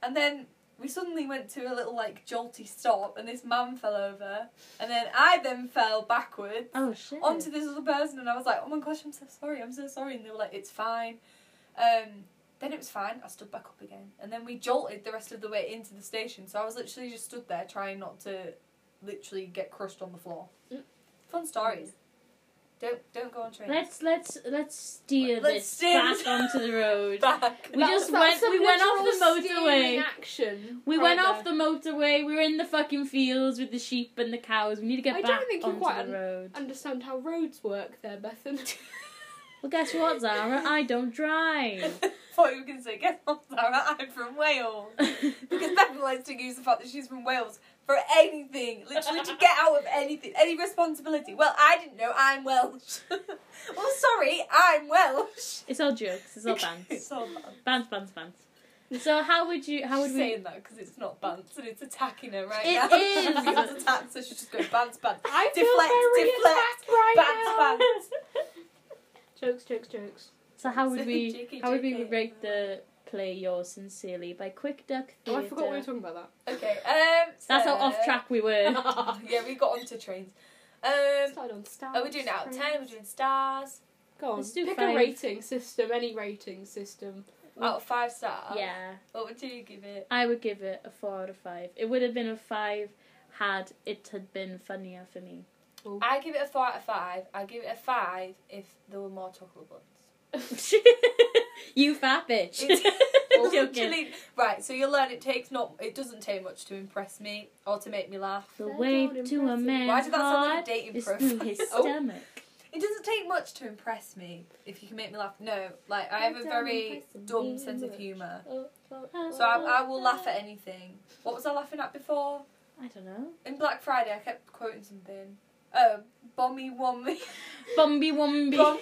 Speaker 3: And then we suddenly went to a little like jolty stop, and this man fell over. And then I then fell backwards
Speaker 2: Oh shit.
Speaker 3: onto this other person, and I was like, oh my gosh, I'm so sorry, I'm so sorry. And they were like, it's fine. Um, then it was fine, I stood back up again. And then we jolted the rest of the way into the station, so I was literally just stood there trying not to literally get crushed on the floor.
Speaker 1: Mm.
Speaker 3: Fun stories. Don't don't go on trains.
Speaker 2: Let's let's let's steer
Speaker 3: Let's
Speaker 2: this
Speaker 3: steer
Speaker 2: back
Speaker 3: this-
Speaker 2: onto the road.
Speaker 3: *laughs* back.
Speaker 2: We just went. We went off the motorway.
Speaker 1: Action.
Speaker 2: We
Speaker 1: right
Speaker 2: went off
Speaker 1: there.
Speaker 2: the motorway. We were in the fucking fields with the sheep and the cows. We need to get
Speaker 1: I don't
Speaker 2: back
Speaker 1: think you
Speaker 2: onto
Speaker 1: quite
Speaker 2: the
Speaker 1: un-
Speaker 2: road.
Speaker 1: Understand how roads work, there, Bethan.
Speaker 2: *laughs* Well, guess what,
Speaker 3: *laughs*
Speaker 2: Zara? I don't drive. *laughs*
Speaker 3: Thought you were gonna say, guess what, Sarah? I'm from Wales. Because Becky likes to use the fact that she's from Wales for anything, literally to get out of anything, any responsibility. Well, I didn't know I'm Welsh. *laughs* well, sorry, I'm Welsh.
Speaker 2: it's all jokes.
Speaker 3: *laughs*
Speaker 2: It's all bants.
Speaker 3: It's all bants.
Speaker 2: Bants, bants, bants. So how would you? How would
Speaker 3: She's
Speaker 2: we?
Speaker 3: saying that because it's not bants and it's attacking her right
Speaker 2: It
Speaker 3: now. *laughs*
Speaker 2: is.
Speaker 3: Because it's attacked, so she's just going bants, bants,
Speaker 1: I
Speaker 3: feel Deflect, very deflect, attacked
Speaker 1: right
Speaker 3: bants, bants.
Speaker 1: *laughs* Jokes, jokes, jokes.
Speaker 2: So how would
Speaker 3: *laughs*
Speaker 2: we?
Speaker 3: Cheeky,
Speaker 2: How would we
Speaker 3: cheeky.
Speaker 2: rate the play yours sincerely by Quick Duck
Speaker 1: Oh,
Speaker 2: Theatre?
Speaker 1: I forgot we were talking about *laughs*
Speaker 3: Okay, um.
Speaker 2: That's how
Speaker 3: so-
Speaker 2: off track we were.
Speaker 1: that.
Speaker 3: *laughs* Yeah, we got onto trains. Um,
Speaker 1: Started on stars.
Speaker 3: are we doing out of 10? We're doing stars.
Speaker 1: Go on.
Speaker 2: Let's do
Speaker 1: pick
Speaker 2: five.
Speaker 1: a rating system, any rating system.
Speaker 3: Out of 5 stars.
Speaker 2: Yeah,
Speaker 3: What would you give it?
Speaker 2: I would give it a four out of five. It would have been a five had it had been funnier for me. *laughs*
Speaker 3: I give it a four out of five. I give it a five if there were more chocolate buns.
Speaker 2: you fat bitch. *laughs*
Speaker 1: It's
Speaker 2: Joking.
Speaker 3: Literally- right, so you'll learn it takes not it doesn't take much to impress me or to make me laugh.
Speaker 2: The
Speaker 1: That's
Speaker 2: way
Speaker 1: not
Speaker 2: to a
Speaker 1: impressive.
Speaker 2: man
Speaker 3: Why did that sound like a
Speaker 2: heart
Speaker 3: dating
Speaker 2: is
Speaker 3: profile? *laughs*
Speaker 2: through his
Speaker 1: Oh.
Speaker 2: stomach.
Speaker 3: It doesn't take much to impress me if you can make me laugh. No, like I have a
Speaker 1: Don't
Speaker 3: very
Speaker 1: impress me
Speaker 3: dumb sense of
Speaker 1: much.
Speaker 3: humour.
Speaker 2: oh,
Speaker 3: So I, I will laugh at anything. What was I laughing at before?
Speaker 2: I don't know.
Speaker 3: In Black Friday I kept quoting something. Oh, Bommy Womby. *laughs*
Speaker 2: Bumby wumby.
Speaker 3: Bom-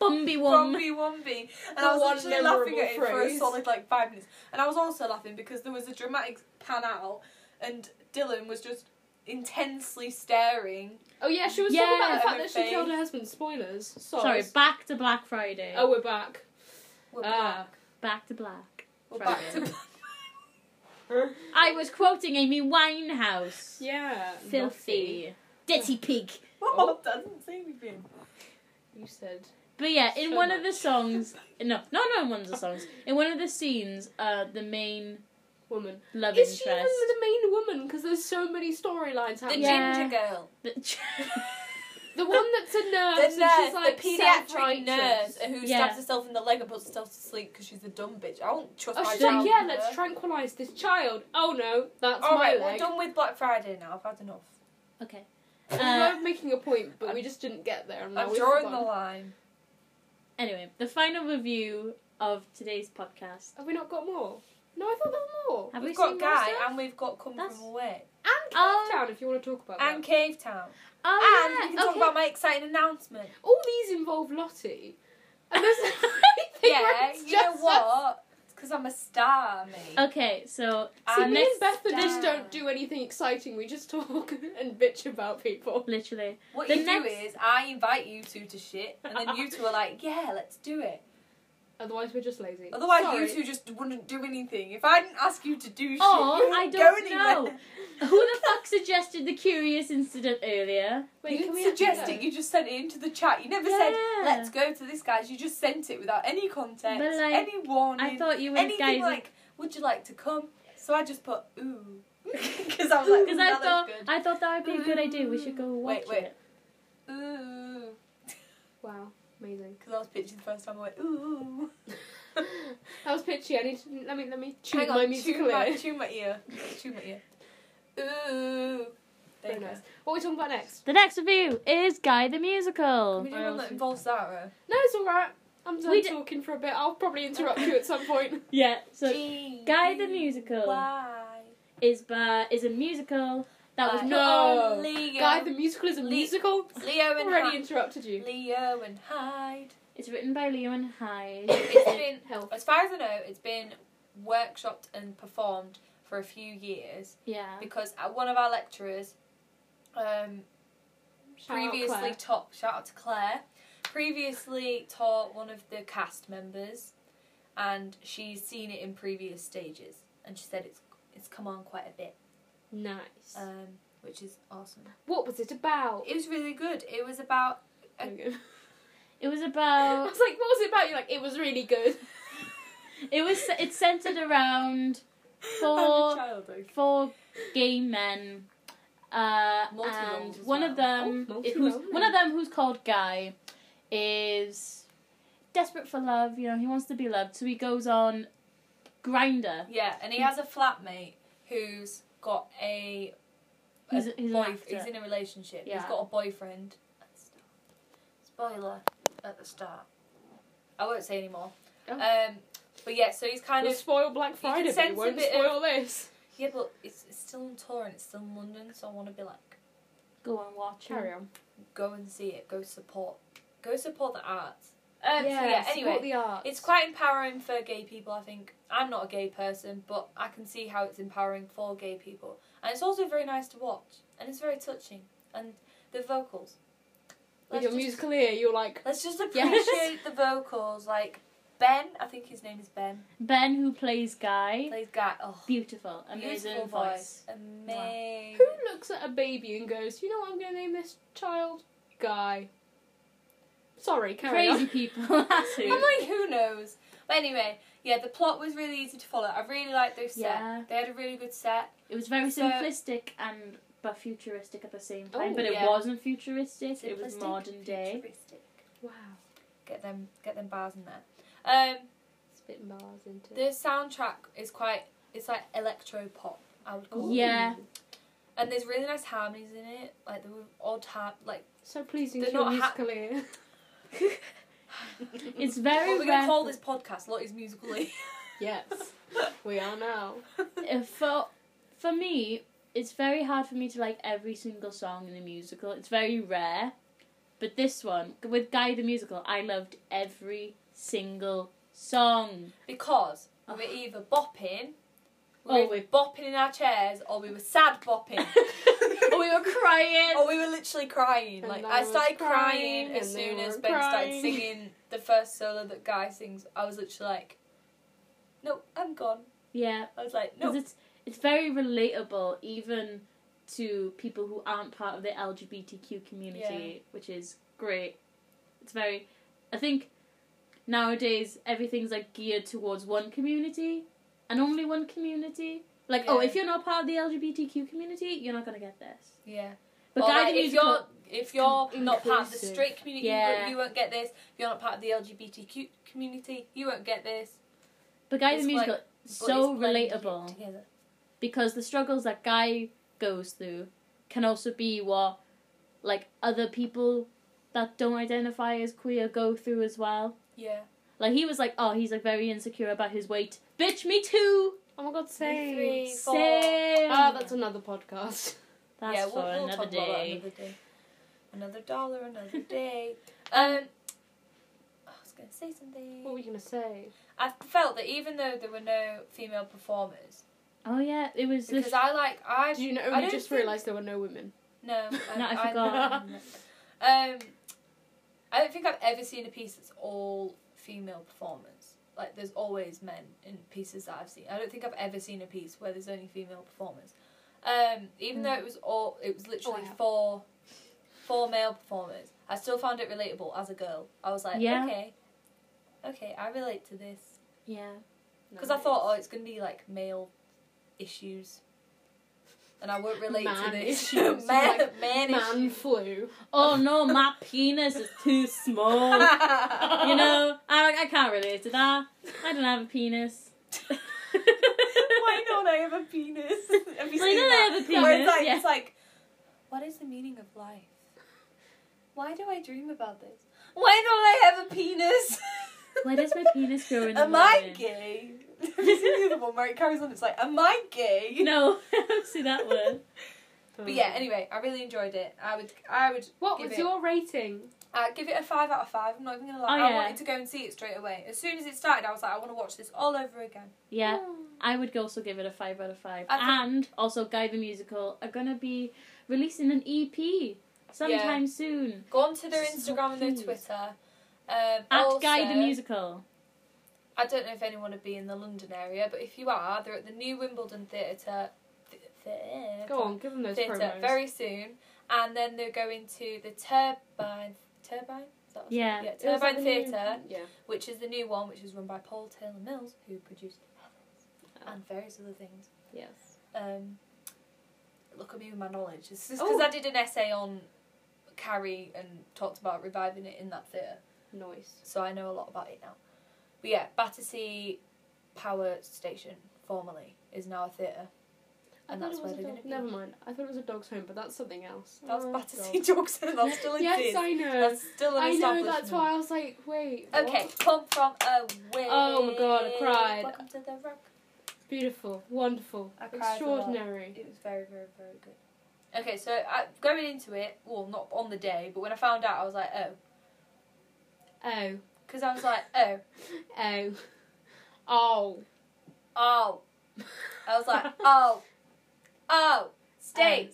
Speaker 2: Bumby wum.
Speaker 3: Womby Womby. And
Speaker 1: The
Speaker 3: I
Speaker 1: one
Speaker 3: was literally laughing at it
Speaker 1: memorable
Speaker 3: for a
Speaker 1: phrase.
Speaker 3: solid like five minutes. And I was also laughing because there was a dramatic pan out and Dylan was just intensely staring.
Speaker 1: Oh yeah, she was
Speaker 2: Yeah,
Speaker 1: talking about the fact
Speaker 3: I'm
Speaker 1: that she
Speaker 3: afraid.
Speaker 1: killed her husband. Spoilers.
Speaker 2: Sorry,
Speaker 1: Sorry.
Speaker 2: back to Black Friday.
Speaker 1: Oh, we're back. *laughs*
Speaker 3: We're
Speaker 1: Ah.
Speaker 3: back.
Speaker 2: Back to black.
Speaker 3: We're back *laughs*
Speaker 2: Friday.
Speaker 3: to
Speaker 2: I was quoting Amy Winehouse.
Speaker 1: Yeah.
Speaker 2: Filthy. Dirty pig.
Speaker 3: What
Speaker 1: Oh.
Speaker 3: doesn't say anything.
Speaker 1: naughty. You said.
Speaker 2: But yeah, in
Speaker 1: So
Speaker 2: one of the songs, no, not in one of the songs. In one of the scenes, uh, the main
Speaker 1: Woman.
Speaker 2: love
Speaker 1: Is she even
Speaker 2: interest.
Speaker 1: the main woman? Because there's so many storylines
Speaker 3: The
Speaker 1: happening.
Speaker 2: Yeah.
Speaker 3: ginger girl.
Speaker 1: *laughs*
Speaker 3: *laughs*
Speaker 1: The one that's a
Speaker 3: The
Speaker 1: nurse.
Speaker 3: nurse,
Speaker 1: and she's like
Speaker 3: the pediatric
Speaker 1: self-righteous.
Speaker 3: nurse who
Speaker 2: Yeah.
Speaker 3: stabs herself in the leg and puts herself to sleep because she's a dumb bitch. I won't trust
Speaker 1: Oh,
Speaker 3: my
Speaker 1: she's like,
Speaker 3: child
Speaker 1: yeah,
Speaker 3: with her.
Speaker 1: let's tranquilise this child. Oh no, that's
Speaker 3: All
Speaker 1: my
Speaker 3: right, we're
Speaker 1: leg.
Speaker 3: done with Black Friday now. I've had enough.
Speaker 2: okay.
Speaker 3: *laughs*
Speaker 1: We
Speaker 2: Uh,
Speaker 1: were making a point, but we just didn't get there. And now
Speaker 3: I'm
Speaker 1: we've
Speaker 3: drawing the
Speaker 1: forgotten.
Speaker 3: line.
Speaker 2: anyway, the final review of today's podcast.
Speaker 1: Have we not got more? No, I thought there were more.
Speaker 2: Have
Speaker 3: we've
Speaker 2: we
Speaker 3: got
Speaker 2: seen
Speaker 3: Guy
Speaker 2: Monster?
Speaker 3: and we've got Come
Speaker 2: That's-
Speaker 3: From Away
Speaker 1: And Cave
Speaker 2: Oh.
Speaker 1: Town, if you want to talk about
Speaker 3: and
Speaker 1: that.
Speaker 3: Cave Town.
Speaker 2: Oh,
Speaker 3: And
Speaker 2: yeah,
Speaker 3: we can talk
Speaker 2: okay.
Speaker 3: about my exciting *laughs* announcement.
Speaker 1: All these involve Lottie. And there's *laughs*
Speaker 3: Yeah, you know
Speaker 1: Us.
Speaker 3: what? Because I'm a star, mate.
Speaker 2: Okay, Uh, so
Speaker 3: See,
Speaker 2: so
Speaker 1: And me
Speaker 2: next,
Speaker 1: and Bethan just
Speaker 3: down.
Speaker 1: don't do anything exciting. We just talk *laughs* and bitch about people.
Speaker 2: literally,
Speaker 3: what
Speaker 2: the
Speaker 3: you
Speaker 2: next-
Speaker 3: do is I invite you two to shit, and then you two are *laughs* like, "Yeah, let's do it."
Speaker 1: Otherwise, we're just lazy.
Speaker 3: Otherwise,
Speaker 1: Sorry.
Speaker 3: you two just wouldn't do anything. If I didn't ask you to do shit,
Speaker 2: Oh,
Speaker 3: you wouldn't
Speaker 2: I
Speaker 3: go
Speaker 2: don't
Speaker 3: anywhere.
Speaker 2: know. *laughs* who the
Speaker 3: *laughs*
Speaker 2: fuck suggested the curious incident earlier?
Speaker 1: Wait,
Speaker 3: you
Speaker 1: can we
Speaker 3: didn't
Speaker 1: actually
Speaker 3: suggest
Speaker 1: go?
Speaker 3: it. You just sent it into the chat. You never said,
Speaker 2: Yeah.
Speaker 3: "Let's go to this guy's." You just sent it without any context,
Speaker 2: But, like,
Speaker 3: any warning,
Speaker 2: I thought you were
Speaker 3: anything
Speaker 2: guys.
Speaker 3: like, "Would you like to come?" So I just put "ooh" *laughs*
Speaker 2: *laughs*
Speaker 3: because I was like,
Speaker 2: Because
Speaker 3: "Ooh,
Speaker 2: I
Speaker 3: now that's
Speaker 2: thought
Speaker 3: good."
Speaker 2: I thought that would be a good idea. We should go watch
Speaker 3: Wait, wait.
Speaker 2: it.
Speaker 3: ooh.
Speaker 1: Wow, amazing.
Speaker 3: Because I was pitching the first time, I went, ooh.
Speaker 1: *laughs* That was pitchy. I need to, let me let me tune
Speaker 3: Hang on,
Speaker 1: my musical
Speaker 3: tune, my,
Speaker 1: ear.
Speaker 3: tune my ear. Tune my ear. Ooh. There
Speaker 1: Very
Speaker 3: you go.
Speaker 1: nice. *laughs* What are we talking about next?
Speaker 2: The next review is Guy the Musical.
Speaker 3: We do one that involves Sarah.
Speaker 1: No, it's all right. I'm done
Speaker 2: We d-
Speaker 1: talking for a bit. I'll probably interrupt you at
Speaker 3: *laughs*
Speaker 1: some point.
Speaker 2: Yeah, so
Speaker 3: Gee,
Speaker 2: Guy the Musical.
Speaker 3: Why?
Speaker 2: is by, is a musical that was
Speaker 3: By-
Speaker 2: not
Speaker 1: No.
Speaker 3: Leo.
Speaker 1: Guy, the musical is a
Speaker 3: Le-
Speaker 1: musical.
Speaker 3: Leo
Speaker 1: I
Speaker 3: and
Speaker 1: already
Speaker 3: Hyde.
Speaker 1: interrupted you.
Speaker 3: Leo and Hyde.
Speaker 2: It's written by Leo and Hyde.
Speaker 3: It's been,
Speaker 1: Health.
Speaker 3: as far as I know, it's been workshopped and performed for a few years
Speaker 2: Yeah.
Speaker 3: because uh, one of our lecturers um,
Speaker 2: Shout out
Speaker 3: previously
Speaker 2: Claire.
Speaker 3: top shout out to Claire. Previously taught one of the cast members, and she's seen it in previous stages, and she said it's it's come on quite a bit,
Speaker 1: Nice.
Speaker 3: um, which is awesome.
Speaker 1: what was it *laughs* about?
Speaker 3: It was really good. It was about
Speaker 1: There we go.
Speaker 2: It was
Speaker 1: I
Speaker 2: about.
Speaker 1: was like, what was it about? You're like, it was really *laughs* good.
Speaker 2: It was. It's centered around
Speaker 3: I'm
Speaker 2: Four-
Speaker 3: a child, okay.
Speaker 2: four gay men. Uh, and
Speaker 3: Multi-roles as
Speaker 2: one
Speaker 3: well.
Speaker 2: of them,
Speaker 1: Oh,
Speaker 2: i- who's,
Speaker 1: multi-role.
Speaker 2: one of them who's called Guy, is desperate for love. You know, he wants to be loved, so he goes on grinder.
Speaker 3: Yeah, and he has a flatmate who's got a, a
Speaker 2: He's, he's an
Speaker 3: boy-
Speaker 2: actor.
Speaker 3: he's in a relationship. He's
Speaker 2: Yeah.
Speaker 3: got a boyfriend. at the start. Spoiler at the start. I won't say anymore.
Speaker 1: Oh.
Speaker 3: Um, but yeah, so he's kind of
Speaker 1: spoil Black
Speaker 3: Friday, but you sense a won't bit of- spoil
Speaker 1: this.
Speaker 3: yeah, but it's, it's still on tour and it's still in London, so I want to be like,
Speaker 2: Go and watch him.
Speaker 1: Carry
Speaker 3: Um,
Speaker 1: on.
Speaker 3: go and see it, go support, go support the arts. Um, so yeah, anyway,
Speaker 1: support the arts.
Speaker 3: It's quite empowering for gay people, I think. I'm not a gay person, but I can see how it's empowering for gay people. And it's also very nice to watch, and it's very touching. And the vocals.
Speaker 1: With
Speaker 3: Let's
Speaker 1: your
Speaker 3: just-
Speaker 1: musical ear, you're like,
Speaker 3: Let's just appreciate
Speaker 1: Yes.
Speaker 3: the vocals. Like, Ben, I think his name is Ben,
Speaker 2: Ben, who plays Guy,
Speaker 3: plays Guy. Oh,
Speaker 2: beautiful, amazing
Speaker 3: beautiful
Speaker 2: voice.
Speaker 3: voice. Amazing.
Speaker 1: who looks at a baby and goes, you know what I'm going to name this child? Guy. Sorry, carry
Speaker 2: Crazy
Speaker 1: on.
Speaker 2: people, *laughs* that's who.
Speaker 3: I'm like, who knows? But anyway, yeah, the plot was really easy to follow. I really liked their set.
Speaker 2: Yeah.
Speaker 3: They had a really good set.
Speaker 2: It was very
Speaker 3: So-
Speaker 2: simplistic and but futuristic at the same time.
Speaker 1: Oh,
Speaker 2: but it
Speaker 3: yeah.
Speaker 2: wasn't futuristic. It was
Speaker 3: Simplistic,
Speaker 2: modern day.
Speaker 3: futuristic.
Speaker 1: Wow.
Speaker 3: Get them, get them bars in there. Um,
Speaker 1: Spitting bars into
Speaker 3: The soundtrack is quite it's like electro pop. I would call it.
Speaker 2: Yeah.
Speaker 3: And there's really nice harmonies in it. Like there were odd har like
Speaker 1: So pleasing
Speaker 3: They're
Speaker 1: to your
Speaker 3: not ha-
Speaker 1: musical
Speaker 3: *laughs*
Speaker 1: ear.
Speaker 2: It's
Speaker 3: what
Speaker 2: very
Speaker 3: we're
Speaker 2: rare.
Speaker 3: gonna call this podcast Lottie's musically. *laughs*
Speaker 1: yes, we are now.
Speaker 2: uh, for for me, it's very hard for me to like every single song in a musical. It's very rare. But this one with Guy the musical, I loved every single
Speaker 3: *laughs*
Speaker 2: song.
Speaker 3: because we were either bopping we
Speaker 2: Oh,
Speaker 3: were
Speaker 2: we-
Speaker 3: bopping in our chairs or we were sad bopping.
Speaker 2: or we were crying.
Speaker 3: or we were literally crying.
Speaker 1: And
Speaker 3: Like
Speaker 1: I
Speaker 3: I
Speaker 1: was
Speaker 3: started
Speaker 1: crying,
Speaker 3: crying as
Speaker 1: and they
Speaker 3: soon as
Speaker 1: were
Speaker 3: Ben started
Speaker 1: crying.
Speaker 3: singing the first solo that Guy sings. I was literally like No, I'm gone.
Speaker 2: Yeah,
Speaker 3: I was like,
Speaker 2: because
Speaker 3: no.
Speaker 2: it's it's very relatable even to people who aren't part of the LGBTQ community, which is great. It's very, I think nowadays everything's like geared towards one community and only one community. Like, oh,
Speaker 3: Yeah.
Speaker 2: if you're not part of the LGBTQ community, you're not gonna get this.
Speaker 3: Yeah.
Speaker 2: But
Speaker 3: Or,
Speaker 2: Guy
Speaker 3: like,
Speaker 2: the
Speaker 3: if
Speaker 2: Musical-
Speaker 3: you're if you're not part of the
Speaker 1: Inclusive.
Speaker 3: straight community, you
Speaker 2: Yeah.
Speaker 3: won't- you won't get this. If you're not part of the LGBTQ community, you won't get this.
Speaker 2: but Guy
Speaker 3: it's
Speaker 2: the musical,
Speaker 3: But
Speaker 2: so
Speaker 3: it's blended
Speaker 2: relatable.
Speaker 3: together.
Speaker 2: because the struggles that guy goes through can also be what like other people that don't identify as queer go through as well
Speaker 3: Yeah.
Speaker 2: like he was like oh he's like very insecure about his weight bitch me too
Speaker 1: Oh my god,
Speaker 3: Me
Speaker 1: same.
Speaker 3: three. Four.
Speaker 2: Same.
Speaker 1: Ah, that's another podcast.
Speaker 2: That's
Speaker 3: yeah,
Speaker 2: for another day
Speaker 3: another day. Another dollar,
Speaker 2: *laughs*
Speaker 3: another day. Um, I was gonna say
Speaker 1: *laughs* What were
Speaker 3: something.
Speaker 1: you gonna say?
Speaker 3: I felt that even though there were no female performers,
Speaker 2: oh yeah it was this
Speaker 3: because I like I
Speaker 1: Do you know?
Speaker 3: I
Speaker 1: Only
Speaker 3: don't
Speaker 1: just
Speaker 3: think-
Speaker 1: realised there were no women.
Speaker 3: No,
Speaker 1: *laughs*
Speaker 2: No, I forgot.
Speaker 3: *laughs* um, I don't think I've ever seen a piece that's all female performers. Like, there's always men in pieces that I've seen. I don't think I've ever seen a piece where there's only female performers. Um, even
Speaker 1: Mm.
Speaker 3: though it was all, it was literally
Speaker 1: have.
Speaker 3: four, four male performers. I still found it relatable as a girl. I was like,
Speaker 2: Yeah.
Speaker 3: okay, okay, I relate to this *laughs*
Speaker 2: yeah
Speaker 3: because I thought, oh, it's gonna be like male issues. And I won't relate to
Speaker 1: Man
Speaker 3: this.
Speaker 1: issues.
Speaker 3: *laughs* man,
Speaker 1: Like,
Speaker 3: man,
Speaker 1: man
Speaker 3: issues.
Speaker 1: flu.
Speaker 2: oh no my penis is too small Oh, you know I, I can't relate to that i don't have a
Speaker 3: *laughs*
Speaker 2: penis
Speaker 3: *laughs* Why don't I have a penis? Have you
Speaker 2: Why
Speaker 3: seen
Speaker 2: don't I
Speaker 3: that?
Speaker 2: have a
Speaker 3: Where it's
Speaker 2: penis?
Speaker 3: like,
Speaker 2: Yeah.
Speaker 3: it's like, what is the meaning of life? Why do I dream about this? Why don't I have a penis?
Speaker 2: *laughs* Why does my penis grow in the
Speaker 3: Am I
Speaker 2: morning?
Speaker 3: gay? Have you seen the other one where it carries on? It's like, am I gay?
Speaker 2: *laughs* no *laughs* i don't see that one
Speaker 3: But yeah, anyway, I really enjoyed it. I would, I would.
Speaker 1: What
Speaker 3: give
Speaker 1: was
Speaker 3: it-
Speaker 1: your rating?
Speaker 3: Uh, give it a five out of five. I'm not even gonna lie.
Speaker 2: Oh,
Speaker 3: I
Speaker 2: yeah.
Speaker 3: wanted to go and see it straight away. As soon as it started, I was like, I want to watch this all over again.
Speaker 2: Yeah, I would also give it a five out of five.
Speaker 3: I think-
Speaker 2: and also, Guy the Musical are gonna be releasing an EP sometime soon
Speaker 3: Go on to their
Speaker 2: So
Speaker 3: Instagram and their
Speaker 2: pleased.
Speaker 3: Twitter. Um,
Speaker 2: at
Speaker 3: also,
Speaker 2: Guy the Musical.
Speaker 3: I don't know if anyone would be in the London area, but if you are, they're at the new Wimbledon Theatre. Th- theatre.
Speaker 1: Go on, give them those
Speaker 3: Theatre
Speaker 1: promos.
Speaker 3: very soon, and then they're going to the Turbine. Turbine. Is that what it's
Speaker 2: Yeah.
Speaker 3: called?
Speaker 1: Is
Speaker 3: yeah,
Speaker 1: that
Speaker 3: Turbine
Speaker 1: the new-
Speaker 3: Theatre,
Speaker 1: Yeah.
Speaker 3: which is the new one, which is run by Paul Taylor Mills, who produced Heathers and various other things.
Speaker 1: Oh. Yes.
Speaker 3: um, look at me with my knowledge. It's just
Speaker 1: Oh.
Speaker 3: because I did an essay on Carrie and talked about reviving it in that theatre,
Speaker 1: Noise.
Speaker 3: so I know a lot about it now. But yeah, Battersea Power Station, formerly, is now a theatre. And that's where they're going to be.
Speaker 1: Never mind. I thought it was a dog's home, but that's something else.
Speaker 3: That's
Speaker 1: Oh,
Speaker 3: Battersea
Speaker 1: God.
Speaker 3: *laughs* Jogson, that's still
Speaker 1: Yes,
Speaker 3: exists.
Speaker 1: I know.
Speaker 3: That's still an
Speaker 1: I know.
Speaker 3: establishment.
Speaker 1: That's why I was like, wait. what?
Speaker 3: Okay, come from away.
Speaker 1: Oh my God, I cried.
Speaker 3: Welcome to the rock.
Speaker 1: Beautiful. Wonderful.
Speaker 3: I cried a lot.
Speaker 1: Extraordinary.
Speaker 3: It was very, very, very good. Okay, so I, going into it, well, not on the day, but when I found out, I was like, oh,
Speaker 1: Oh.
Speaker 3: because I was like, oh,
Speaker 1: Oh. *laughs* Oh.
Speaker 3: oh. I
Speaker 1: *laughs*
Speaker 3: was *laughs* like, oh, oh, Stace,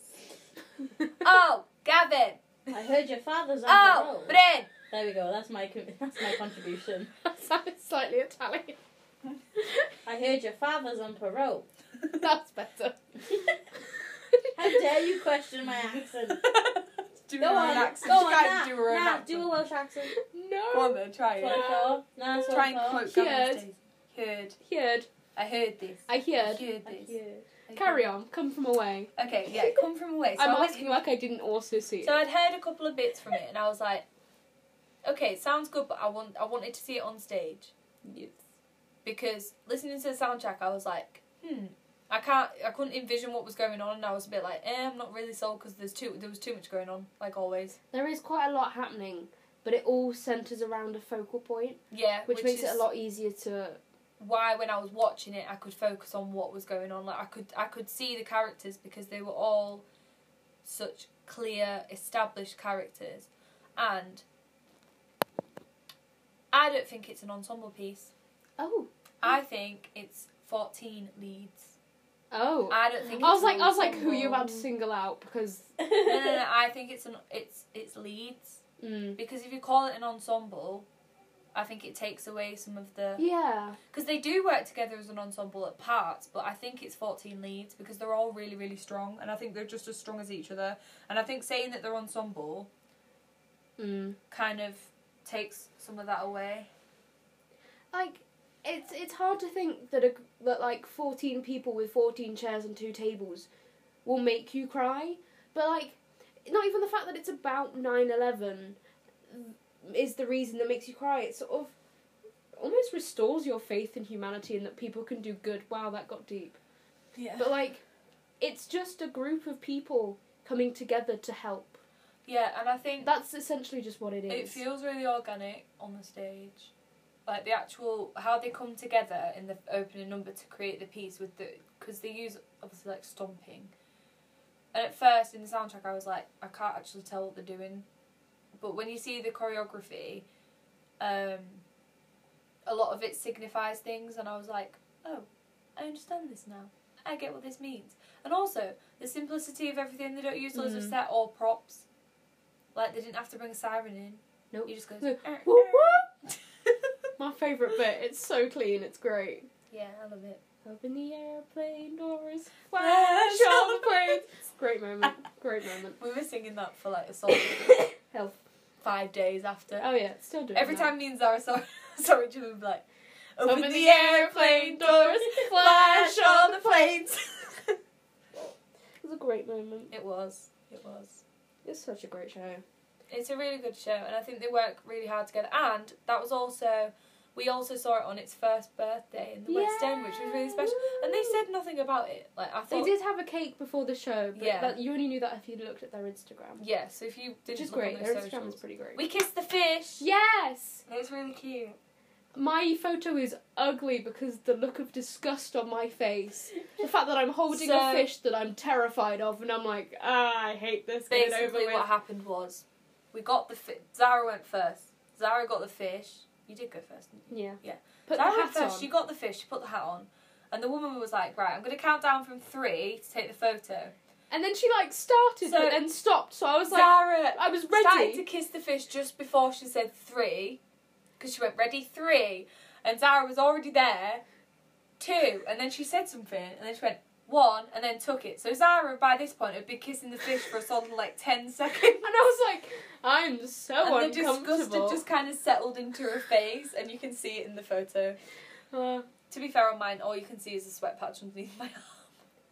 Speaker 1: *laughs*
Speaker 3: oh, Gavin,
Speaker 2: I heard your father's
Speaker 3: oh, *laughs* Bryn.
Speaker 2: There we go. That's my that's my contribution.
Speaker 1: That sounded slightly Italian. *laughs*
Speaker 2: I heard your father's on parole.
Speaker 1: That's better.
Speaker 2: How dare you question my accent?
Speaker 3: do
Speaker 2: Go on, go on. Nah,
Speaker 3: do her own
Speaker 2: nah,
Speaker 3: accent.
Speaker 2: do a Welsh accent.
Speaker 1: No.
Speaker 3: Go on then, try
Speaker 2: Twenty
Speaker 3: it.
Speaker 1: Well,
Speaker 2: four. Nah, it's
Speaker 3: Try and
Speaker 2: one
Speaker 3: quote
Speaker 1: Heard.
Speaker 3: Gavin and Stace. Heard.
Speaker 1: Heard.
Speaker 3: I heard this.
Speaker 1: I heard.
Speaker 3: heard
Speaker 2: four.
Speaker 3: this. I
Speaker 1: Carry
Speaker 3: heard-
Speaker 1: on. Come from away.
Speaker 3: Okay, yeah, come from away. So
Speaker 1: I'm
Speaker 3: I went-
Speaker 1: asking like I didn't also see it.
Speaker 3: So I'd heard a couple of bits from it, and I was like, okay, it sounds good, but I want I wanted to see it on stage
Speaker 1: Yes.
Speaker 3: because listening to the soundtrack, I was like, hmm, I can't, I couldn't envision what was going on, and I was a bit like, eh, I'm not really sold because there's too there was too much going on, like always.
Speaker 1: There is quite a lot happening, but it all centres around a focal point,
Speaker 3: Yeah,
Speaker 1: which, makes
Speaker 3: is
Speaker 1: it a lot easier to.
Speaker 3: Why when I was watching it, I could focus on what was going on. Like I could I could see the characters because they were all such clear, established characters, and. I don't think it's an ensemble piece.
Speaker 1: Oh.
Speaker 3: I think it's 14 leads.
Speaker 1: Oh. I,
Speaker 3: I don't think. It's
Speaker 1: was like, I was like,
Speaker 3: ensemble.
Speaker 1: who are you about to single out? Because.
Speaker 3: No,
Speaker 1: *laughs*
Speaker 3: no, no. I think it's an it's it's leads
Speaker 1: Mm.
Speaker 3: because if you call it an ensemble, I think it takes away some of the
Speaker 1: Yeah.
Speaker 3: because they do work together as an ensemble at parts, but I think it's 14 leads because they're all really really strong and I think they're just as strong as each other and I think saying that they're ensemble
Speaker 1: Mm.
Speaker 3: kind of takes some of that away.
Speaker 1: like it's it's hard to think that a, that like 14 people with 14 chairs and two tables will make you cry but like not even the fact that it's about 9-11 is the reason that makes you cry it sort of almost restores your faith in humanity and that people can do good wow that got deep
Speaker 3: Yeah.
Speaker 1: but like it's just a group of people coming together to help
Speaker 3: Yeah, and I think
Speaker 1: that's essentially just what it is
Speaker 3: It feels really organic on the stage. Like the actual how they come together in the opening number to create the piece with the because they use obviously like stomping. And at first in the soundtrack, I was like, I can't actually tell what they're doing, but when you see the choreography, um, a lot of it signifies things, and I was like, oh, I understand this now. I get what this means. And also the simplicity of everything. They don't use loads of
Speaker 1: Mm.
Speaker 3: set or props. Like they didn't have to bring a siren in.
Speaker 1: Nope.
Speaker 3: You just goes.
Speaker 1: No.
Speaker 3: "Er,
Speaker 1: Whoop,
Speaker 3: er."
Speaker 1: whoop. my favorite bit it's so clean it's great
Speaker 3: *laughs* Yeah, I love it.
Speaker 1: Open the airplane doors.
Speaker 3: Flash
Speaker 1: Flash all
Speaker 3: *laughs* of
Speaker 1: the planes. Great moment. Great moment.
Speaker 3: We were singing that for like a *coughs* solid
Speaker 1: Health.
Speaker 3: five days after.
Speaker 1: Oh yeah, still doing.
Speaker 3: Every
Speaker 1: that.
Speaker 3: time me and Zara saw, *laughs* saw each other, we'd be like,
Speaker 1: Open,
Speaker 3: "Open, the airplane doors, flash all the planes." *laughs*
Speaker 1: It was a great moment.
Speaker 3: it was. It was.
Speaker 1: It's such a great show.
Speaker 3: It's a really good show, and I think they work really hard together. And that was also. We also saw it on its first birthday in the West End, which was really special. And they said nothing about it. Like I thought,
Speaker 1: They did have a cake before the show, but
Speaker 3: Yeah.
Speaker 1: that, you only knew that if you looked at their Instagram,
Speaker 3: Yeah, so if you did
Speaker 1: which is
Speaker 3: look
Speaker 1: great.
Speaker 3: on
Speaker 1: Their
Speaker 3: their
Speaker 1: Instagram
Speaker 3: socials,
Speaker 1: is pretty great.
Speaker 3: we kissed the fish.
Speaker 1: yes,
Speaker 3: It was really cute.
Speaker 1: my photo is ugly because the look of disgust on my face, the fact that I'm holding a
Speaker 3: So-
Speaker 1: fish that I'm terrified of, and I'm like, ah, I hate this. Get it over
Speaker 3: Basically,
Speaker 1: with.
Speaker 3: what happened was We got the fi- Zara went first. Zara got the fish. You did go first. didn't you?
Speaker 1: Yeah.
Speaker 3: Yeah.
Speaker 1: Put
Speaker 3: Zara
Speaker 1: the
Speaker 3: went
Speaker 1: hat
Speaker 3: first.
Speaker 1: on.
Speaker 3: She got the fish. She put the hat on, and the woman was like, "Right, I'm going to count down from three to take the photo."
Speaker 1: and then she like started
Speaker 3: So-
Speaker 1: but then stopped. So I was like,
Speaker 3: Zara
Speaker 1: I was
Speaker 3: started to
Speaker 1: ready.
Speaker 3: kiss the fish just before she said three, because she went ready three, and Zara was already there, two, and then she said something, and then she went one, and then took it. So Zara, by this point, had been kissing the fish for a solid like ten *laughs* seconds.
Speaker 1: *laughs* And I was like, I'm so
Speaker 3: and the disgust
Speaker 1: uncomfortable.
Speaker 3: had just kind of settled into her face, and you can see it in the photo.
Speaker 1: Uh,
Speaker 3: To be fair on mine, all you can see is a sweat patch underneath my *laughs* arm.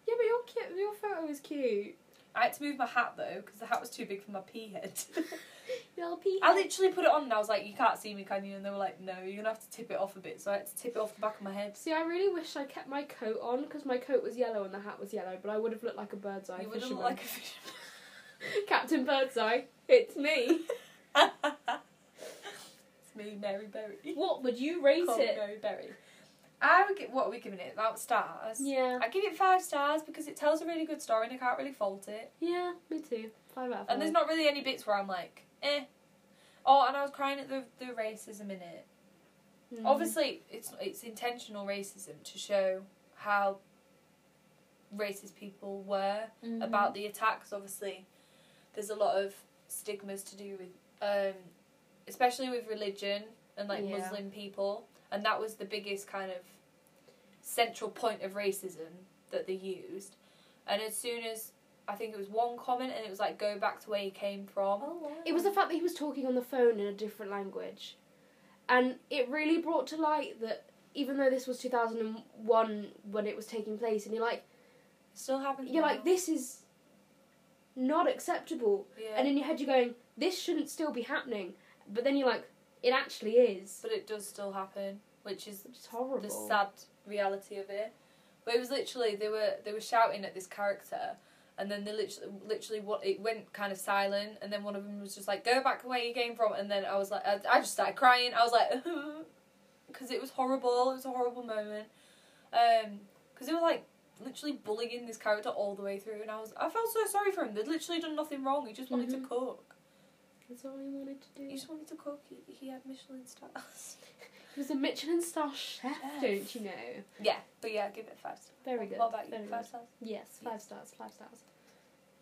Speaker 1: yeah, but your ki- your photo is cute.
Speaker 3: I had to move my hat though, because the hat was too big for my pea head.
Speaker 1: Your pee.
Speaker 3: I literally put it on and I was like, you can't see me, can you? And they were like, no, you're gonna have to tip it off a bit. So I had to tip it off the back of my head.
Speaker 1: See, I really wish I kept my coat on because my coat was yellow and the hat was yellow, but I would have looked like a bird's eye
Speaker 3: you wouldn't
Speaker 1: fisherman.
Speaker 3: look like a fisherman.
Speaker 1: *laughs* Captain Birdseye, it's me.
Speaker 3: *laughs* it's me, Mary Berry.
Speaker 2: What would you rate
Speaker 3: Call me
Speaker 2: it?
Speaker 3: Mary Berry. I would get, what are we giving it? About stars?
Speaker 1: Yeah,
Speaker 3: I give it five stars because it tells a really good story and I can't really fault it.
Speaker 1: yeah, me too. Five out of five.
Speaker 3: And there's not really any bits where I'm like, eh. Oh, and I was crying at the, the racism in it. Hmm.
Speaker 1: Mm.
Speaker 3: Obviously, it's it's intentional racism to show how racist people were
Speaker 2: Mm.
Speaker 1: Mm-hmm.
Speaker 3: about the attacks. Obviously, there's a lot of stigmas to do with, um, especially with religion and like
Speaker 1: Yeah.
Speaker 3: Muslim people, and that was the biggest kind of central point of racism that they used. And as soon as I think it was one comment, and it was like, "Go back to where you came from."
Speaker 2: Oh, wow.
Speaker 1: It was the fact that he was talking on the phone in a different language. And it really brought to light that even though this was 2001 when it was taking place, and you're like,
Speaker 3: Still happening.
Speaker 1: you're like, this is not acceptable.
Speaker 3: yeah.
Speaker 1: And in your head, you're going, this shouldn't still be happening. But then you're like, it actually is.
Speaker 3: but it does still happen, which is
Speaker 1: Which is horrible.
Speaker 3: the sad reality of it. But it was literally they were they were shouting at this character, and then they literally literally what it went kind of silent, and then one of them was just like, "Go back where you came from," and then I was like, I, I just started crying. I was like, *laughs* because it was horrible. It was a horrible moment. Um, because they were like literally bullying this character all the way through, and I was I felt so sorry for him. They'd literally done nothing wrong. He just wanted
Speaker 1: Mhm.
Speaker 3: to cook.
Speaker 1: That's all he wanted to do.
Speaker 3: He just wanted to cook. He, he had Michelin stars. *laughs*
Speaker 1: He was a Michelin star chef,
Speaker 3: Chef.
Speaker 1: don't you know?
Speaker 3: yeah, but yeah, give it five stars.
Speaker 1: Very good.
Speaker 3: What about you?
Speaker 1: very
Speaker 3: Five
Speaker 1: good.
Speaker 3: stars.
Speaker 1: Yes, five stars, five stars.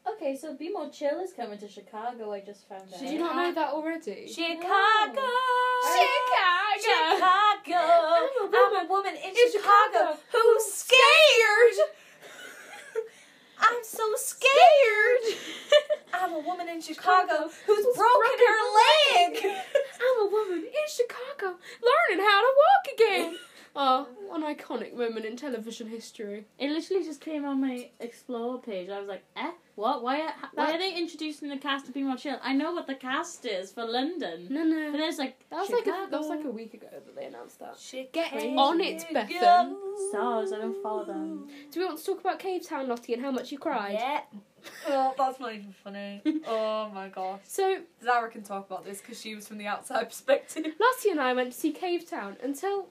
Speaker 2: Okay, so Be More Chill is coming to Chicago, I just found out. Oh.
Speaker 1: Did you not know that already?
Speaker 3: Chicago.
Speaker 1: Chicago!
Speaker 3: Chicago.
Speaker 1: I'm a
Speaker 3: I'm a woman in Chicago who's scared. *laughs* I'm so scared. I'm a woman in Chicago who's
Speaker 1: Who's
Speaker 3: broken her leg.
Speaker 1: *laughs* I'm a woman in Chicago learning how to walk *laughs* again. Oh, an iconic moment in television history.
Speaker 2: It literally just came on my Explore page. I was like, eh? What? Why are, why are they introducing the cast of Be More Chill? I know what the cast is for London.
Speaker 1: No,
Speaker 2: But
Speaker 1: no.
Speaker 2: then it's like,
Speaker 1: Hmm. That was
Speaker 2: Chicago.
Speaker 1: like a, that was like a week ago that they announced that.
Speaker 3: Chicago.
Speaker 1: on it, Bethan.
Speaker 2: Stars, I don't follow them.
Speaker 1: Do we want to talk about Cave Town, Lottie, and how much you cried? *laughs*
Speaker 3: Yeah. Oh, that's not even funny. Oh my gosh.
Speaker 1: So
Speaker 3: Zara can talk about this because she was from the outside *laughs* perspective.
Speaker 1: Lottie and I went to see Cave Town until,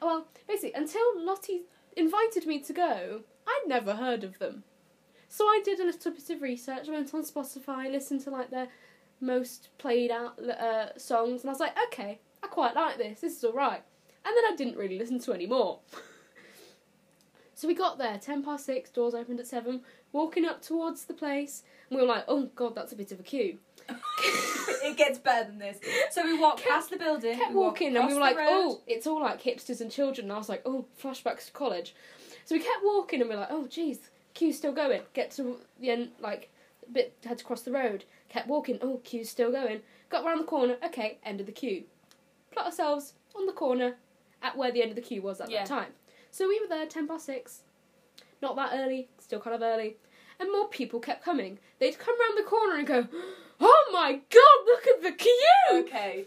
Speaker 1: well, basically until Lottie invited me to go. I'd never heard of them, so I did a little bit of research. Went on Spotify, listened to like their most played out uh, songs, and I was like, okay, I quite like this. This is all right. And then I didn't really listen to any more. *laughs* so we got there, ten past six. Doors opened at seven. Walking up towards the place, and we were like, oh god, that's a bit of a queue.
Speaker 3: it gets better than this. So we walked
Speaker 1: Kept-
Speaker 3: past the building.
Speaker 1: kept
Speaker 3: walked
Speaker 1: walking and we
Speaker 3: across
Speaker 1: were
Speaker 3: the
Speaker 1: like,
Speaker 3: road.
Speaker 1: oh, it's all like hipsters and children. And I was like, oh, flashbacks to college. So we kept walking and we are like, oh, jeez, queue's still going. Get to the end, like, a bit, had to cross the road. Kept walking, oh, queue's still going. Got round the corner, okay, end of the queue. Plot ourselves on the corner at where the end of the queue was at
Speaker 3: Yeah.
Speaker 1: that time. So we were there, 10 past 6. Not that early, still kind of early. And more people kept coming. They'd come round the corner and go, oh my god, look at the queue!
Speaker 3: Okay,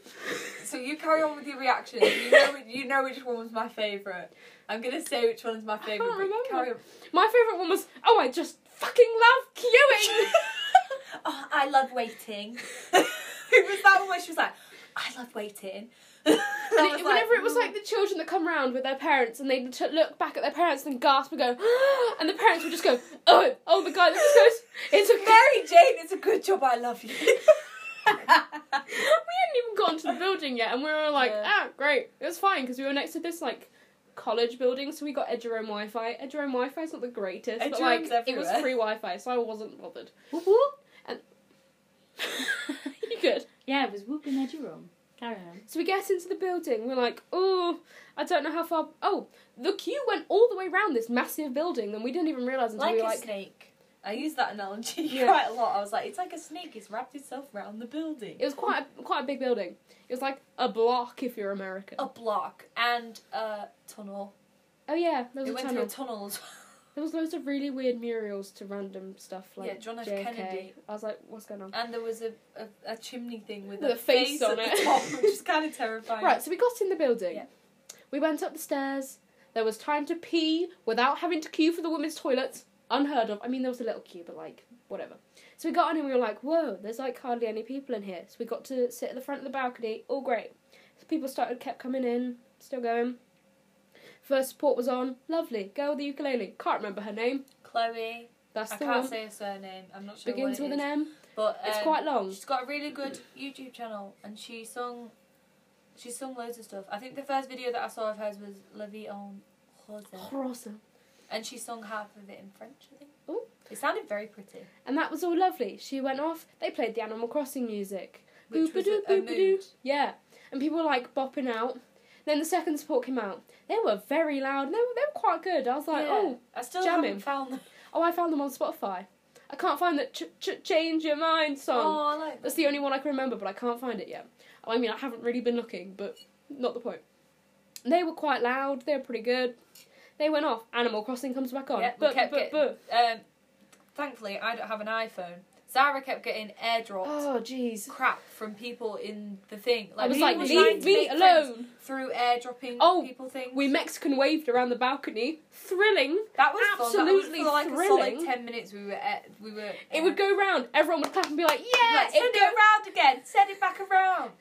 Speaker 3: so you carry on with your reactions. You know, whi- you know which one was my favourite. I'm gonna say which one's my favourite.
Speaker 1: can't
Speaker 3: but
Speaker 1: remember.
Speaker 3: Carry on.
Speaker 1: My favourite one was, oh, I just fucking love
Speaker 3: *laughs*
Speaker 1: queuing.
Speaker 3: oh, I
Speaker 1: *laughs*
Speaker 3: love waiting. it was that one where she was like, I love waiting. *laughs* And I
Speaker 1: And it-
Speaker 3: was
Speaker 1: whenever it was
Speaker 3: "Mm."
Speaker 1: like *gasps* the children that come round with their parents and they t- look back at their parents and gasp and go, *gasps* and the parents would just go, oh, oh my god, this goes, *laughs* it's a
Speaker 3: *laughs* Mary Jane, it's a good job I love you.
Speaker 1: hadn't even gotten to the building yet, and we were like,
Speaker 3: Yeah.
Speaker 1: ah, great. It was fine because we were next to this like college building, so we got Edge Roam Wi Fi. Edge Roam Wi Fi is not the greatest,
Speaker 3: Edge
Speaker 1: but like
Speaker 3: Roam's
Speaker 1: it was
Speaker 3: everywhere.
Speaker 1: free Wi Fi, so I wasn't bothered.
Speaker 2: Whoop, whoop.
Speaker 1: *laughs* you good?
Speaker 2: Yeah, it was whooping at Jerome. Carry on.
Speaker 1: So we get into the building. We're like, oh, I don't know how far. Oh, the queue went all the way around this massive building, and we didn't even realize until
Speaker 3: like
Speaker 1: we
Speaker 3: a
Speaker 1: were like,
Speaker 3: snake. I use that analogy *laughs*
Speaker 1: Yeah.
Speaker 3: quite a lot. I was like, it's like a snake. It's wrapped itself round the building.
Speaker 1: it was quite a, quite a big building. It was like a block if you're American.
Speaker 3: a block and a tunnel.
Speaker 1: Oh yeah, there was
Speaker 3: it
Speaker 1: a
Speaker 3: went
Speaker 1: tunnel.
Speaker 3: through a tunnel as *laughs*
Speaker 1: There was loads of really weird murals to random stuff like
Speaker 3: Yeah, John F.
Speaker 1: JFK.
Speaker 3: Kennedy.
Speaker 1: I was like, what's going on?
Speaker 3: well. And there was a, a, a chimney thing with,
Speaker 1: With a face on
Speaker 3: at
Speaker 1: it.
Speaker 3: the top, which
Speaker 1: *laughs*
Speaker 3: is kind of terrifying.
Speaker 1: Right, so we got in the building.
Speaker 3: Yeah.
Speaker 1: We went up the stairs. There was time to pee without having to queue for the women's toilets. Unheard of. I mean, there was a little queue, but like, whatever. So we got in and we were like, whoa, there's like hardly any people in here. So we got to sit at the front of the balcony. All great. So people started, kept coming in, still going. First support was on. Lovely. Girl with the ukulele. Can't remember her name.
Speaker 3: Chloe.
Speaker 1: That's
Speaker 3: I
Speaker 1: the
Speaker 3: can't
Speaker 1: one.
Speaker 3: say her surname. I'm not sure
Speaker 1: Begins
Speaker 3: what
Speaker 1: with
Speaker 3: it
Speaker 1: an
Speaker 3: is.
Speaker 1: M.
Speaker 3: But
Speaker 1: It's
Speaker 3: um,
Speaker 1: quite long.
Speaker 3: She's got a really good YouTube channel, and she sung, she sung loads of stuff. I think the first video that I saw of hers was La Vie en Rose,
Speaker 1: Awesome.
Speaker 3: and she sung half of it in French. I think.
Speaker 1: Ooh.
Speaker 3: It sounded very pretty.
Speaker 1: And that was all lovely. She went off. They played the Animal Crossing music.
Speaker 3: Which was a, a
Speaker 1: Boop-a-doop, boop-a-doop.
Speaker 3: mood.
Speaker 1: Yeah, and people were like bopping out. Then the second support came out. They were very loud. And they were they were quite good. I was like,
Speaker 3: Yeah.
Speaker 1: oh,
Speaker 3: I still
Speaker 1: jamming.
Speaker 3: haven't found them.
Speaker 1: oh, I found them on Spotify. I can't find that ch- ch- change your mind song.
Speaker 3: Oh, I like
Speaker 1: That's the only one I can remember, but I can't find it yet. I mean, I haven't really been looking, but not the point. They were quite loud. They were pretty good. They went off. Animal Crossing comes back on.
Speaker 3: Yeah, we
Speaker 1: but,
Speaker 3: kept
Speaker 1: but,
Speaker 3: getting-
Speaker 1: but.
Speaker 3: Um, thankfully, I don't have an iPhone. Sarah kept getting airdropped
Speaker 1: Oh, jeez.
Speaker 3: crap from people in the thing.
Speaker 1: I was
Speaker 3: we
Speaker 1: like,
Speaker 3: were trying
Speaker 1: leave
Speaker 3: to
Speaker 1: me
Speaker 3: make friends
Speaker 1: alone.
Speaker 3: Through airdropping
Speaker 1: Oh,
Speaker 3: people things.
Speaker 1: We Mexican waved around the balcony. Thrilling.
Speaker 3: That was
Speaker 1: Absolutely
Speaker 3: fun. That was for like a
Speaker 1: thrilling.
Speaker 3: solid ten minutes. We were at, we were.
Speaker 1: It would go round. Everyone would clap and be like, "Yeah!"
Speaker 3: Like, send it around again. Send it back around.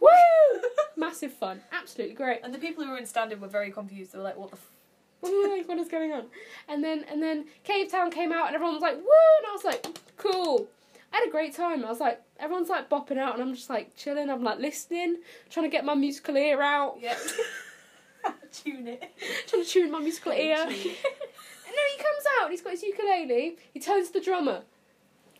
Speaker 1: Woo!
Speaker 3: *laughs*
Speaker 1: Massive fun. Absolutely great.
Speaker 3: And the people who were in standing were very confused. They were like, "What the? F-?
Speaker 1: Like, what is going on? And then and then Cave Town came out and everyone was like, "Woo!" And I was like, "Cool." I had a great time. I was like, everyone's like bopping out, and I'm just like chilling. I'm like listening, trying to get my musical ear out, *laughs*
Speaker 3: Yeah. *laughs* Tune it.
Speaker 1: trying to tune my musical ear. *laughs* and then he
Speaker 3: Tune
Speaker 1: comes out. and He's got his ukulele. He turns to the drummer.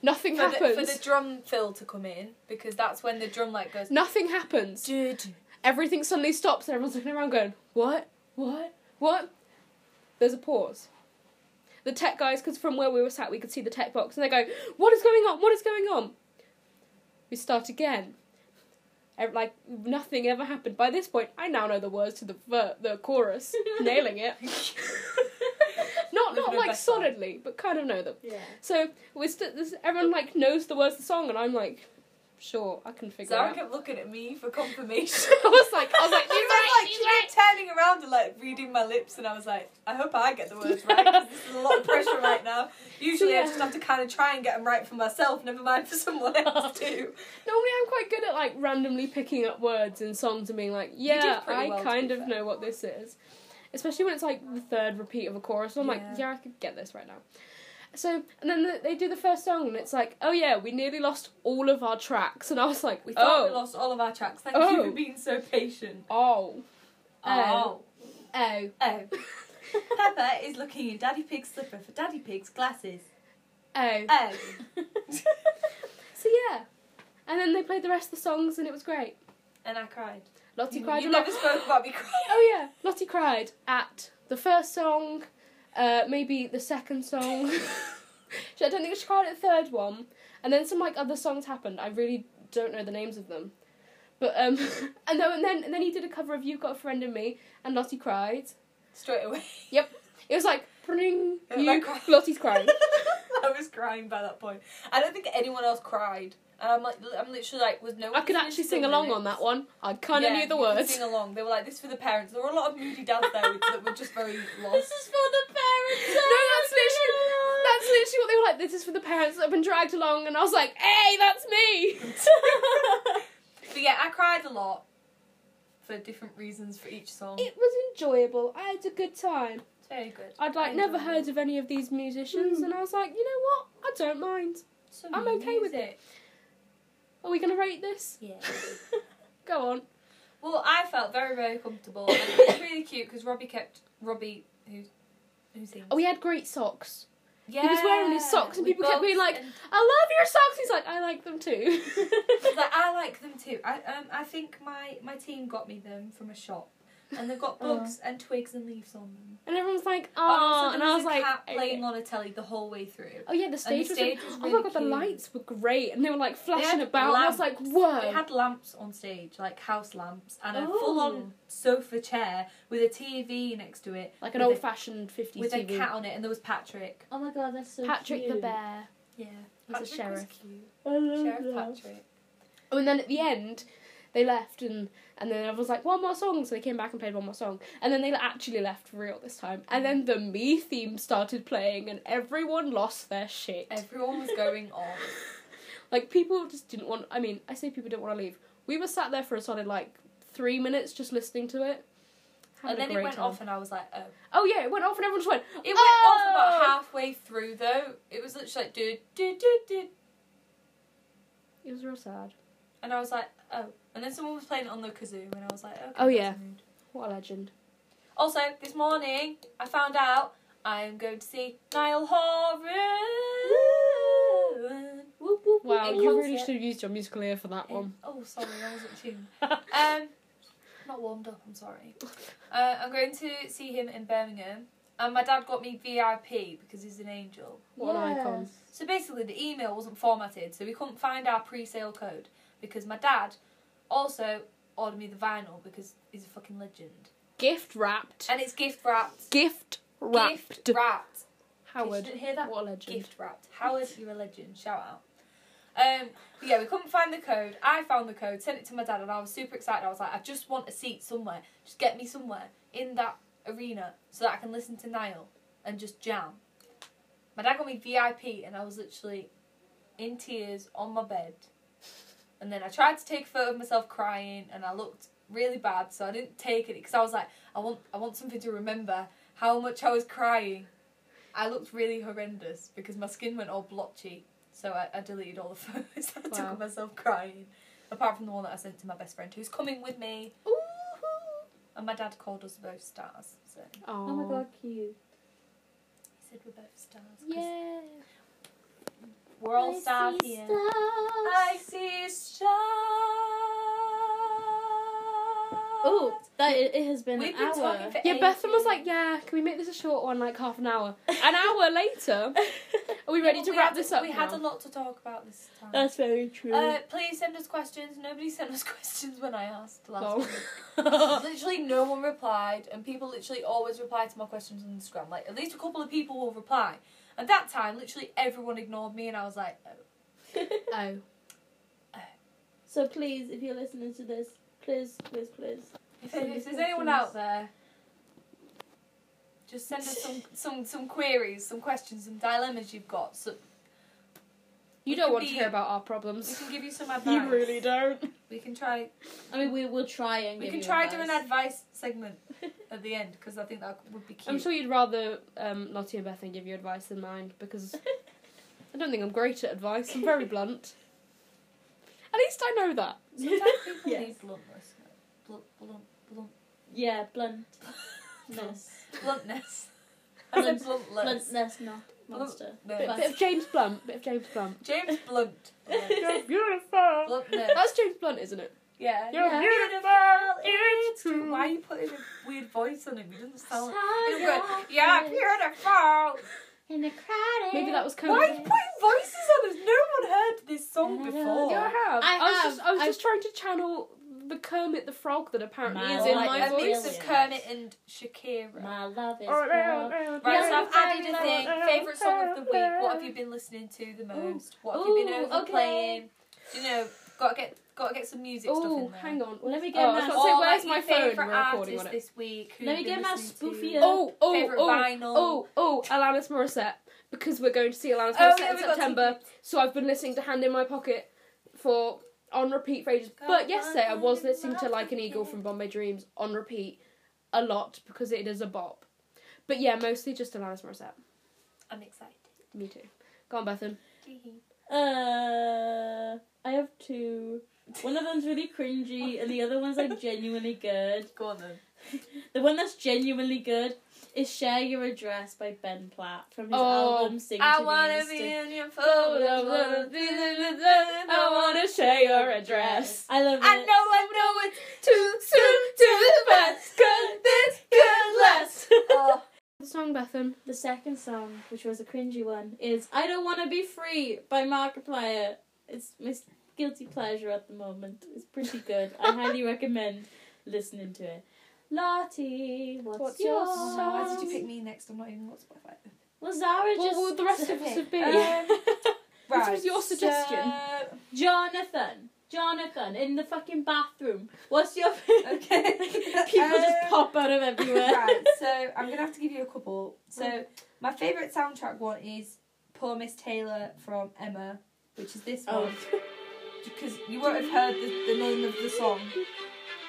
Speaker 1: Nothing
Speaker 3: For the,
Speaker 1: happens.
Speaker 3: for the drum fill to come in because that's when the drum
Speaker 1: *laughs*
Speaker 3: like goes. *laughs*
Speaker 1: Nothing happens.
Speaker 3: Dude.
Speaker 1: everything suddenly stops and everyone's looking around going, What? What? What? There's a pause. The tech guys, because from where we were sat, we could see the tech box, and they go, What is going on? What is going on? We start again. Ev- Like nothing ever happened. By this point, I now know the words to the ver- the chorus, nailing it. Not
Speaker 3: With
Speaker 1: not
Speaker 3: no
Speaker 1: like
Speaker 3: best song.
Speaker 1: solidly, but kind of know them.
Speaker 2: Yeah.
Speaker 1: So we st- this, everyone like knows the words to the song, and I'm like, sure, I can figure
Speaker 3: Zara
Speaker 1: it out.
Speaker 3: kept looking at me for confirmation.
Speaker 1: *laughs* I was like, I was
Speaker 3: *laughs*
Speaker 1: like,
Speaker 3: She
Speaker 1: "You're
Speaker 3: was
Speaker 1: right,
Speaker 3: like, she kept turning around and like reading my lips, and I was like, I hope I get the words right. 'cause There's a lot of
Speaker 1: *laughs*
Speaker 3: pressure right now. Usually, I
Speaker 1: Yeah.
Speaker 3: just have to kind of try and get them right for myself, never mind
Speaker 1: *laughs*
Speaker 3: for someone else too.
Speaker 1: Normally, I'm quite good at like randomly picking up words in songs and being like, "Yeah,
Speaker 3: did pretty
Speaker 1: I
Speaker 3: well, to
Speaker 1: kind
Speaker 3: be
Speaker 1: of
Speaker 3: fair.
Speaker 1: know what this is," especially when it's like the third repeat of a chorus. I'm like,
Speaker 3: Yeah.
Speaker 1: "Yeah, I could get this right now." So, and then the, they do the first song, and it's like, "Oh yeah, we nearly lost all of our tracks," and I was like,
Speaker 3: We thought we
Speaker 1: "Oh,
Speaker 3: lost all of our tracks. Thank
Speaker 1: Oh.
Speaker 3: you for being so patient.
Speaker 1: oh,
Speaker 3: Oh.
Speaker 1: oh."
Speaker 3: Oh. *laughs* Peppa is looking in Daddy Pig's slipper for Daddy Pig's glasses.
Speaker 1: *laughs* Oh.
Speaker 4: *laughs*
Speaker 3: Oh.
Speaker 1: So yeah, and then they played the rest of the songs, and it was great.
Speaker 3: and I cried.
Speaker 1: Lottie cried
Speaker 3: you
Speaker 1: a lot.
Speaker 3: never spoke about me crying. *laughs*
Speaker 1: Oh yeah, Lottie cried at the first song, uh, maybe the second
Speaker 3: *laughs*
Speaker 1: song. She- I don't think she cried at the third one, and then some like other songs happened. I really don't know the names of them, but um, *laughs* and then and then, and then he did a cover of "You've Got a Friend in Me," and Lottie cried.
Speaker 3: Straight away. *laughs*
Speaker 1: It was like, "Pring,
Speaker 3: Yeah,
Speaker 1: you,
Speaker 3: that cry-
Speaker 1: *laughs* Lottie's
Speaker 3: *laughs*
Speaker 1: crying."
Speaker 3: I was crying by that point. I don't think anyone else cried. And I'm like, I'm literally like, was no.
Speaker 1: I could
Speaker 3: one
Speaker 1: actually
Speaker 3: finished
Speaker 1: sing
Speaker 3: the
Speaker 1: along
Speaker 3: lyrics?
Speaker 1: on that one. I kind of
Speaker 3: Yeah,
Speaker 1: knew the
Speaker 3: you could
Speaker 1: words.
Speaker 3: Sing along. They were like, this for the parents. There were a lot of moody dads there with, that were just
Speaker 1: *laughs*
Speaker 3: very
Speaker 2: This
Speaker 3: lost.
Speaker 2: is for the parents.
Speaker 1: No, that's literally, that's literally what they were like. This is for the parents that have been dragged along, and I was like, "Hey, that's me."
Speaker 3: But yeah, I cried a lot for different reasons for each song.
Speaker 1: It was enjoyable. I had a good time.
Speaker 3: It's very good.
Speaker 1: I'd like
Speaker 3: I
Speaker 1: never
Speaker 3: enjoyed
Speaker 1: heard of any of these musicians,
Speaker 2: Mm.
Speaker 1: and I was like, you know what? I don't mind.
Speaker 3: Some
Speaker 1: I'm okay with
Speaker 3: music.
Speaker 1: Are we going to rate
Speaker 4: *laughs*
Speaker 1: this?
Speaker 2: Yeah.
Speaker 1: Go on.
Speaker 3: Well, I felt very, very comfortable. And it was really cute because Robbie kept Robbie who who sings.
Speaker 1: Oh, he had great socks.
Speaker 3: yeah.
Speaker 1: was wearing his socks and
Speaker 3: we
Speaker 1: people kept
Speaker 3: both-
Speaker 1: being like,
Speaker 3: and-
Speaker 1: I love your socks. He's like, I like them too. *laughs*
Speaker 3: I was like, I like them too. I um I think my my team got me them from a shop,
Speaker 1: *laughs*
Speaker 3: and they've got
Speaker 2: Aw.
Speaker 3: bugs and twigs and leaves on them.
Speaker 1: and everyone's like,
Speaker 3: And
Speaker 1: oh,
Speaker 3: also
Speaker 1: and
Speaker 3: there
Speaker 1: I was
Speaker 3: a
Speaker 1: like,
Speaker 3: cat
Speaker 1: okay.
Speaker 3: playing on a telly the whole way through.
Speaker 1: oh yeah, the stage,
Speaker 3: stage
Speaker 1: was,
Speaker 3: was
Speaker 1: Oh my
Speaker 3: really
Speaker 1: god, the
Speaker 3: cute.
Speaker 1: lights were great, and they were like flashing
Speaker 3: had
Speaker 1: about. And I was like,
Speaker 3: lamps.
Speaker 1: whoa.
Speaker 3: They had lamps on stage, like house lamps, and a
Speaker 1: Oh.
Speaker 3: full-on sofa chair with a TV next to it,
Speaker 1: like an
Speaker 3: with a-
Speaker 1: old-fashioned 50s
Speaker 3: with
Speaker 1: TV.
Speaker 3: a cat on it, and there was Patrick.
Speaker 2: *laughs* Oh my god, that's so
Speaker 1: Patrick
Speaker 2: cute.
Speaker 1: the bear.
Speaker 3: Yeah,
Speaker 1: He's a sheriff.
Speaker 3: cute.
Speaker 2: I love
Speaker 3: Sheriff
Speaker 2: that.
Speaker 3: Patrick.
Speaker 1: Oh, and then at the end, they left, and and then everyone was like, one more song. So they came back and played one more song, and then they actually left for real this time. And then the me theme started playing, and everyone lost their shit.
Speaker 3: Everyone was going on.
Speaker 1: *laughs* Like people just didn't want. I mean, I say people didn't want to leave. We were sat there for a solid like three minutes just listening to it.
Speaker 3: and
Speaker 1: Having a
Speaker 3: then it
Speaker 1: great
Speaker 3: went
Speaker 1: time.
Speaker 3: off, and I was like, oh.
Speaker 1: Oh yeah, it went off, and everyone just went.
Speaker 3: It went
Speaker 1: "Oh!"
Speaker 3: off about halfway through, though. It was literally like, do, do, do, do.
Speaker 1: It was real sad.
Speaker 3: And I was like, oh. And then someone was playing it on the kazoo, and I was like, okay.
Speaker 1: Oh,
Speaker 3: that's
Speaker 1: yeah.
Speaker 3: rude.
Speaker 1: What a legend.
Speaker 3: Also, this morning, I found out I am going to see Niall Horan. Woo, woo, woo,
Speaker 1: Wow,
Speaker 3: in
Speaker 1: you really
Speaker 3: concert.
Speaker 1: should have used your musical ear for that
Speaker 3: In-
Speaker 1: one.
Speaker 3: *laughs* Oh, sorry, I wasn't tuned. Um, not warmed up. I'm sorry. Uh, I'm going to see him in Birmingham, and my dad got me VIP because he's an angel.
Speaker 1: What an icon.
Speaker 2: Yes.
Speaker 3: So basically, the email wasn't formatted, so we couldn't find our pre-sale code because my dad also ordered me the vinyl because he's a fucking legend,
Speaker 1: Gift wrapped.
Speaker 3: and it's gift wrapped.
Speaker 1: Gift wrapped.
Speaker 3: Gift wrapped.
Speaker 1: Howard.
Speaker 3: Did you hear that?
Speaker 1: What a legend.
Speaker 3: Gift wrapped. Howard, you're a legend. Shout out. Um, but yeah, we couldn't find the code. I found the code, sent it to my dad, and I was super excited. I was like, I just want a seat somewhere. Just get me somewhere in that arena so that I can listen to Niall and just jam. My dad got me VIP, and I was literally in tears on my bed. And then I tried to take a photo of myself crying, and I looked really bad, so I didn't take it because I was like, I want, I want something to remember how much I was crying. I looked really horrendous because my skin went all blotchy, so I, I deleted all the *laughs* photos I took
Speaker 1: Wow.
Speaker 3: of myself crying. Apart from the one that I sent to my best friend, who's coming with me, and my dad called us both stars. So he
Speaker 2: Oh my god, cute.
Speaker 3: said we're both stars. 'cause
Speaker 1: Yeah.
Speaker 3: we're all
Speaker 2: I
Speaker 3: stars
Speaker 2: see
Speaker 3: here.
Speaker 2: stars.
Speaker 3: I see stars.
Speaker 2: Oh, that it, it has been
Speaker 3: We've
Speaker 2: an
Speaker 3: been
Speaker 2: hour. *laughs*
Speaker 3: talking for
Speaker 1: Yeah, Bethan was
Speaker 3: ages.
Speaker 1: like, yeah, can we make this a short one, like half an
Speaker 3: *laughs*
Speaker 1: hour? An hour later, are we
Speaker 3: Yeah,
Speaker 1: ready
Speaker 3: but
Speaker 1: to
Speaker 3: we
Speaker 1: wrap
Speaker 3: had-
Speaker 1: this up?
Speaker 3: We had
Speaker 1: now?
Speaker 3: a lot to talk about this time.
Speaker 2: That's very true.
Speaker 3: Uh, please send us questions. Nobody sent us *laughs* questions when I asked last
Speaker 1: Oh. *laughs*
Speaker 3: week. literally no one replied, and people literally always reply to my questions on Instagram. Like at least a couple of people will reply. At that time, literally everyone ignored me, and I was like, oh.
Speaker 1: oh.
Speaker 2: *laughs* so please, if you're listening to this, please, please, please.
Speaker 3: if,
Speaker 2: Send us
Speaker 3: if there's anyone
Speaker 2: questions.
Speaker 3: out there, just send us some some some queries, some questions, some dilemmas you've got. So
Speaker 1: You
Speaker 3: We
Speaker 1: don't
Speaker 3: could
Speaker 1: want to
Speaker 3: be-
Speaker 1: hear about our
Speaker 3: we
Speaker 1: problems.
Speaker 3: can give you some advice.
Speaker 1: You really don't.
Speaker 3: We can try.
Speaker 2: I mean, we will try and
Speaker 3: We
Speaker 2: give
Speaker 3: can
Speaker 2: you
Speaker 3: try
Speaker 2: advice.
Speaker 3: doing
Speaker 2: *laughs*
Speaker 3: an advice segment at the end because I think that would be cute.
Speaker 1: I'm sure you'd rather um, Lottie and Bethan give you advice than mine
Speaker 3: *laughs*
Speaker 1: because I don't think I'm great at advice. I'm very blunt. At least I know that.
Speaker 3: Sometimes
Speaker 2: *laughs*
Speaker 3: people
Speaker 2: Yes.
Speaker 3: need bluntness. Blunt, blunt, blunt,
Speaker 2: Yeah, bluntness.
Speaker 3: *laughs* bluntness. I said bluntless.
Speaker 2: Bluntness, not
Speaker 3: Oh.
Speaker 2: monster.
Speaker 1: Bit,
Speaker 3: Bluntness.
Speaker 1: bit of James Blunt. Bit of James *laughs* Blunt.
Speaker 3: James Blunt.
Speaker 1: You're beautiful.
Speaker 3: Bluntness.
Speaker 1: That's James Blunt, isn't it?
Speaker 3: yeah.
Speaker 1: You're
Speaker 2: Yeah.
Speaker 3: beautiful. It's
Speaker 1: true.
Speaker 3: Why are you putting a weird voice on him? He doesn't sound. Like...
Speaker 2: Tired
Speaker 3: Oh. Yeah,
Speaker 2: eyes
Speaker 3: beautiful.
Speaker 2: In the crowd.
Speaker 1: Maybe that was
Speaker 3: Why are you
Speaker 1: Conan.
Speaker 3: putting voices on us? No one heard this song
Speaker 2: I don't
Speaker 3: before.
Speaker 2: know.
Speaker 1: Yeah, I have.
Speaker 2: I
Speaker 1: I, was
Speaker 2: have.
Speaker 1: just I was
Speaker 2: I-
Speaker 1: just trying to channel the Kermit the Frog that apparently
Speaker 2: My
Speaker 1: is in
Speaker 2: life
Speaker 1: my
Speaker 3: a mix
Speaker 1: voice.
Speaker 2: is-
Speaker 3: of Kermit and Shakira.
Speaker 2: My love
Speaker 3: Oh,
Speaker 2: is. broke.
Speaker 3: Right, so
Speaker 1: Right,
Speaker 3: I've added a thing. Favorite song of the week. What have you been listening to the most? What have you been
Speaker 2: Ooh,
Speaker 3: over
Speaker 2: okay.
Speaker 3: playing? You know, gotta get gotta get some music stuff
Speaker 1: Oh,
Speaker 3: in there.
Speaker 1: hang on.
Speaker 2: Let me
Speaker 1: Oh,
Speaker 2: get
Speaker 1: I was
Speaker 2: my.
Speaker 1: about to say,
Speaker 3: Or,
Speaker 1: where's
Speaker 3: like,
Speaker 1: my
Speaker 3: your
Speaker 1: phone?
Speaker 3: favourite
Speaker 1: We're recording
Speaker 3: artist
Speaker 1: on it.
Speaker 3: this week. who
Speaker 2: Let me
Speaker 3: you've
Speaker 2: get
Speaker 3: been
Speaker 2: my
Speaker 3: listening to.
Speaker 2: spoofy, uh,
Speaker 1: Oh, oh,
Speaker 3: Favourite
Speaker 1: oh,
Speaker 3: vinyl.
Speaker 1: oh, oh, Alanis Morissette. Because we're going to see Alanis
Speaker 3: Oh,
Speaker 1: Morissette
Speaker 3: yeah,
Speaker 1: in
Speaker 3: we got
Speaker 1: September, so I've been listening to Hand in My Pocket for on repeat for ages.
Speaker 3: Got
Speaker 1: But yesterday I
Speaker 3: one
Speaker 1: was
Speaker 3: hand in
Speaker 1: listening
Speaker 3: my
Speaker 1: to Like an Eagle
Speaker 3: pocket.
Speaker 1: from Bombay Dreams on repeat a lot because it is a bop. But yeah, mostly just Alanis Morissette.
Speaker 3: I'm excited.
Speaker 1: Me too. Go on, Bethan.
Speaker 3: Gee.
Speaker 2: Uh, I have two. One of them's really cringy, and the other one's
Speaker 3: *laughs*
Speaker 2: like genuinely good.
Speaker 4: Go on then.
Speaker 2: The one that's genuinely good is "Share Your Address" by Ben Platt from his
Speaker 1: Oh,
Speaker 2: album "Sing
Speaker 4: I
Speaker 2: to
Speaker 4: wanna
Speaker 2: Me."
Speaker 4: be
Speaker 2: Instead.
Speaker 4: in your photos. I
Speaker 1: I wanna share your address.
Speaker 2: I love it.
Speaker 4: I know, I know it's too soon to best. Could this
Speaker 2: *laughs*
Speaker 4: could last? *laughs* Oh,
Speaker 1: The song Bethan.
Speaker 2: Uh, The second song, which was a cringy one, is "I Don't Want to Be Free" by Markiplier. It's my s- guilty pleasure at the moment. It's pretty good. I
Speaker 1: *laughs*
Speaker 2: highly recommend listening to it. Lottie, what's,
Speaker 1: What's
Speaker 2: your
Speaker 1: your
Speaker 2: song?
Speaker 1: song?
Speaker 4: why did you pick me next? I'm not even on Spotify.
Speaker 2: Well, Zara
Speaker 1: What
Speaker 2: just. Um,
Speaker 1: would the rest of us have been?
Speaker 2: Yeah.
Speaker 1: *laughs* This was your suggestion.
Speaker 4: so-
Speaker 3: *laughs*
Speaker 2: Jonathan, Jonathan, in the fucking bathroom. What's your?
Speaker 4: okay. *laughs*
Speaker 2: People just
Speaker 4: Um,
Speaker 2: pop out of everywhere.
Speaker 4: Right, so I'm gonna have to give you a couple. So my favourite soundtrack one is Poor Miss Taylor from Emma, which is this one
Speaker 2: *laughs* Oh.
Speaker 4: because you won't have heard the, the name of the song.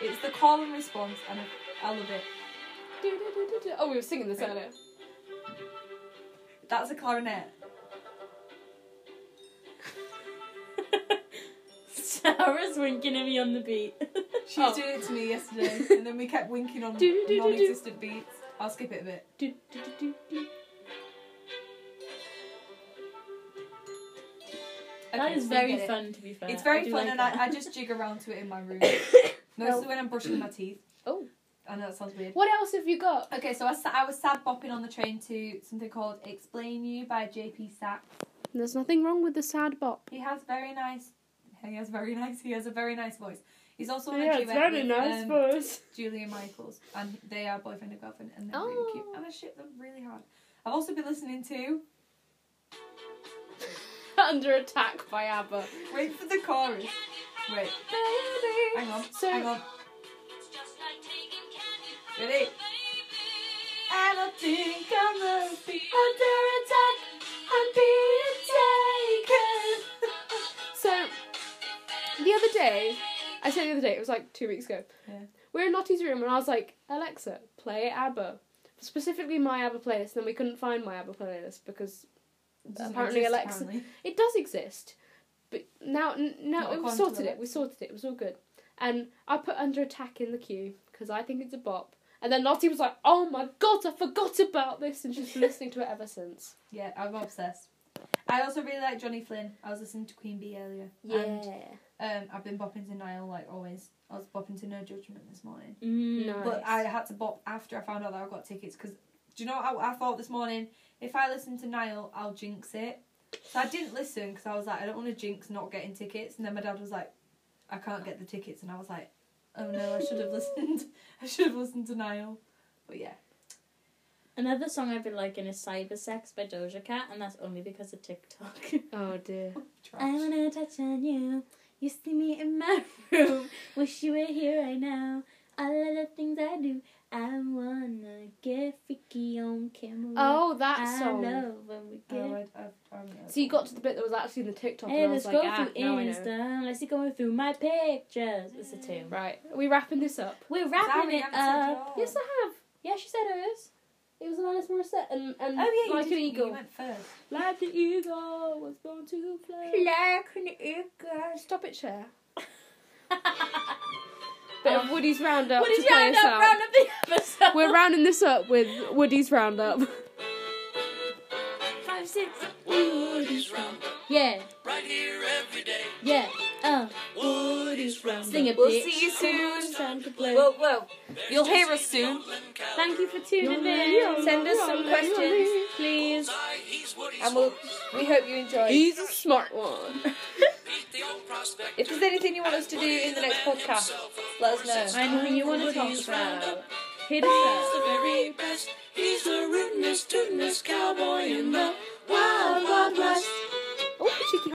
Speaker 4: It's the call and response, and I, I love it.
Speaker 1: Oh, we were singing this earlier.
Speaker 4: That's a clarinet.
Speaker 2: Sarah's winking at me on the beat.
Speaker 4: She was
Speaker 1: Oh.
Speaker 4: doing it to me yesterday,
Speaker 1: *laughs*
Speaker 4: and then we kept winking on
Speaker 1: Do, do, do, do, do.
Speaker 4: non-existent beats. I'll skip it a bit.
Speaker 1: Do, do, do, do, do.
Speaker 2: that
Speaker 4: Okay,
Speaker 2: is
Speaker 4: so
Speaker 2: very
Speaker 4: get it.
Speaker 2: fun, to be fair.
Speaker 4: It's very
Speaker 2: do
Speaker 4: fun,
Speaker 2: like
Speaker 4: and
Speaker 2: that.
Speaker 4: I, I *laughs* just jig around to it in my
Speaker 1: *coughs*
Speaker 4: room, mostly
Speaker 1: Well-
Speaker 4: when I'm brushing my teeth.
Speaker 1: *coughs* Oh.
Speaker 4: I know that sounds weird.
Speaker 1: What else have you got?
Speaker 4: Okay, so I, sa- I was sad bopping on the train to something called Explain You by JP Sapp.
Speaker 1: There's nothing wrong with the sad bop.
Speaker 4: He has very nice. He has very nice. He has a very nice voice. He's also on a
Speaker 1: yeah,
Speaker 4: duet
Speaker 1: it's very
Speaker 4: with,
Speaker 1: nice
Speaker 4: um,
Speaker 1: voice.
Speaker 4: Julia Michaels, and they are boyfriend and girlfriend, and they're really cute.
Speaker 1: Oh.
Speaker 4: And I ship them really hard. I've also been listening to.
Speaker 1: *laughs* Under attack by ABBA.
Speaker 4: Wait for the chorus. Wait,
Speaker 1: Baby.
Speaker 4: hang on.
Speaker 1: So-
Speaker 4: hang on. Ready? And I think I must be under attack. I'm being
Speaker 1: So,
Speaker 4: *laughs* taken.
Speaker 1: the other day, I said the other day, it was like two weeks ago.
Speaker 4: Yeah.
Speaker 1: We were in Lottie's room and I was like, Alexa, play ABBA. Specifically my ABBA playlist, and then we couldn't find my ABBA playlist because
Speaker 4: Doesn't
Speaker 1: Apparently
Speaker 4: exist,
Speaker 1: Alexa- it does exist. But now, n- now
Speaker 4: Not
Speaker 1: we
Speaker 4: according to
Speaker 1: sorted it.
Speaker 4: Alexa.
Speaker 1: We sorted it. It was all good. And I put Under Attack in the queue because I think it's a bop. And then Lottie was like, "Oh my god, I forgot about this," and she's been listening to it ever since.
Speaker 4: Yeah, I'm obsessed. I also really like Johnny Flynn. I was listening to Queen Bee earlier. And, um, I've been bopping to Niall like always. I was bopping to No Judgment this morning.
Speaker 2: Mm.
Speaker 1: No.
Speaker 4: But
Speaker 1: Nice.
Speaker 4: I had to bop after I found out that I got tickets because do you know what I, I thought this morning? If I listen to Niall, I'll jinx it. So I didn't listen because I was like, I don't want to jinx not getting tickets. And then my dad was like, I can't get the tickets. And I was like, oh no, I should have *laughs* listened. I should have listened to Niall. But yeah.
Speaker 2: Another song I've been liking is Cyber Sex by Doja Cat, and that's only because of TikTok. *laughs*
Speaker 1: Oh dear.
Speaker 4: Trash.
Speaker 2: I wanna touch on you. You see me in my *laughs* room. Wish you were here right now. All of the things I do. I wanna get freaky on camera.
Speaker 1: Oh, that
Speaker 2: I
Speaker 1: song.
Speaker 2: love when we
Speaker 4: Oh,
Speaker 2: get.
Speaker 4: I, I, I don't know.
Speaker 1: So you got to the bit that was actually in the TikTok,
Speaker 2: Hey,
Speaker 1: and I
Speaker 2: let's
Speaker 1: was
Speaker 2: go
Speaker 1: like, "Ah,
Speaker 2: through
Speaker 1: now I know."
Speaker 2: Insta. Let's go through my pictures. It's a tune.
Speaker 1: Right, are we wrapping this up?
Speaker 2: We're
Speaker 4: Sorry,
Speaker 2: wrapping
Speaker 4: I
Speaker 2: it
Speaker 4: haven't said
Speaker 2: up.
Speaker 4: yours.
Speaker 1: Yes, I have.
Speaker 2: Yeah, she said hers.
Speaker 1: It was Alanis Morissette, and and
Speaker 4: Oh yeah, you
Speaker 1: like
Speaker 4: did-
Speaker 1: an eagle,
Speaker 4: You went first.
Speaker 1: like an eagle was born to fly. *laughs* Stop it, chair. Bit of Woody's roundup
Speaker 2: What
Speaker 1: to
Speaker 2: did you
Speaker 1: play
Speaker 2: round
Speaker 1: us
Speaker 2: up?
Speaker 1: out.
Speaker 2: Round up the *laughs* episode.
Speaker 1: We're rounding this up with Woody's roundup.
Speaker 2: five, six.
Speaker 5: Woody's Roundup,
Speaker 2: Yeah,
Speaker 5: right here every day.
Speaker 2: yeah. Uh,
Speaker 5: Woody's Roundup.
Speaker 2: sing it,
Speaker 4: We'll
Speaker 2: bitch.
Speaker 4: see you soon.
Speaker 2: Time to play.
Speaker 4: Whoa, whoa. You'll hear us soon.
Speaker 2: Thank you for tuning in.
Speaker 4: Send us some questions, please.
Speaker 5: He's Woody's
Speaker 4: And we'll, we hope you enjoy.
Speaker 1: He's a smart one.
Speaker 5: Beat the old prospect.
Speaker 4: If there's anything you want us to do in the next podcast, let us know.
Speaker 2: Anything you want to talk about? Hit us up.
Speaker 5: He's the very best. He's the rootinest, tootinest cowboy in the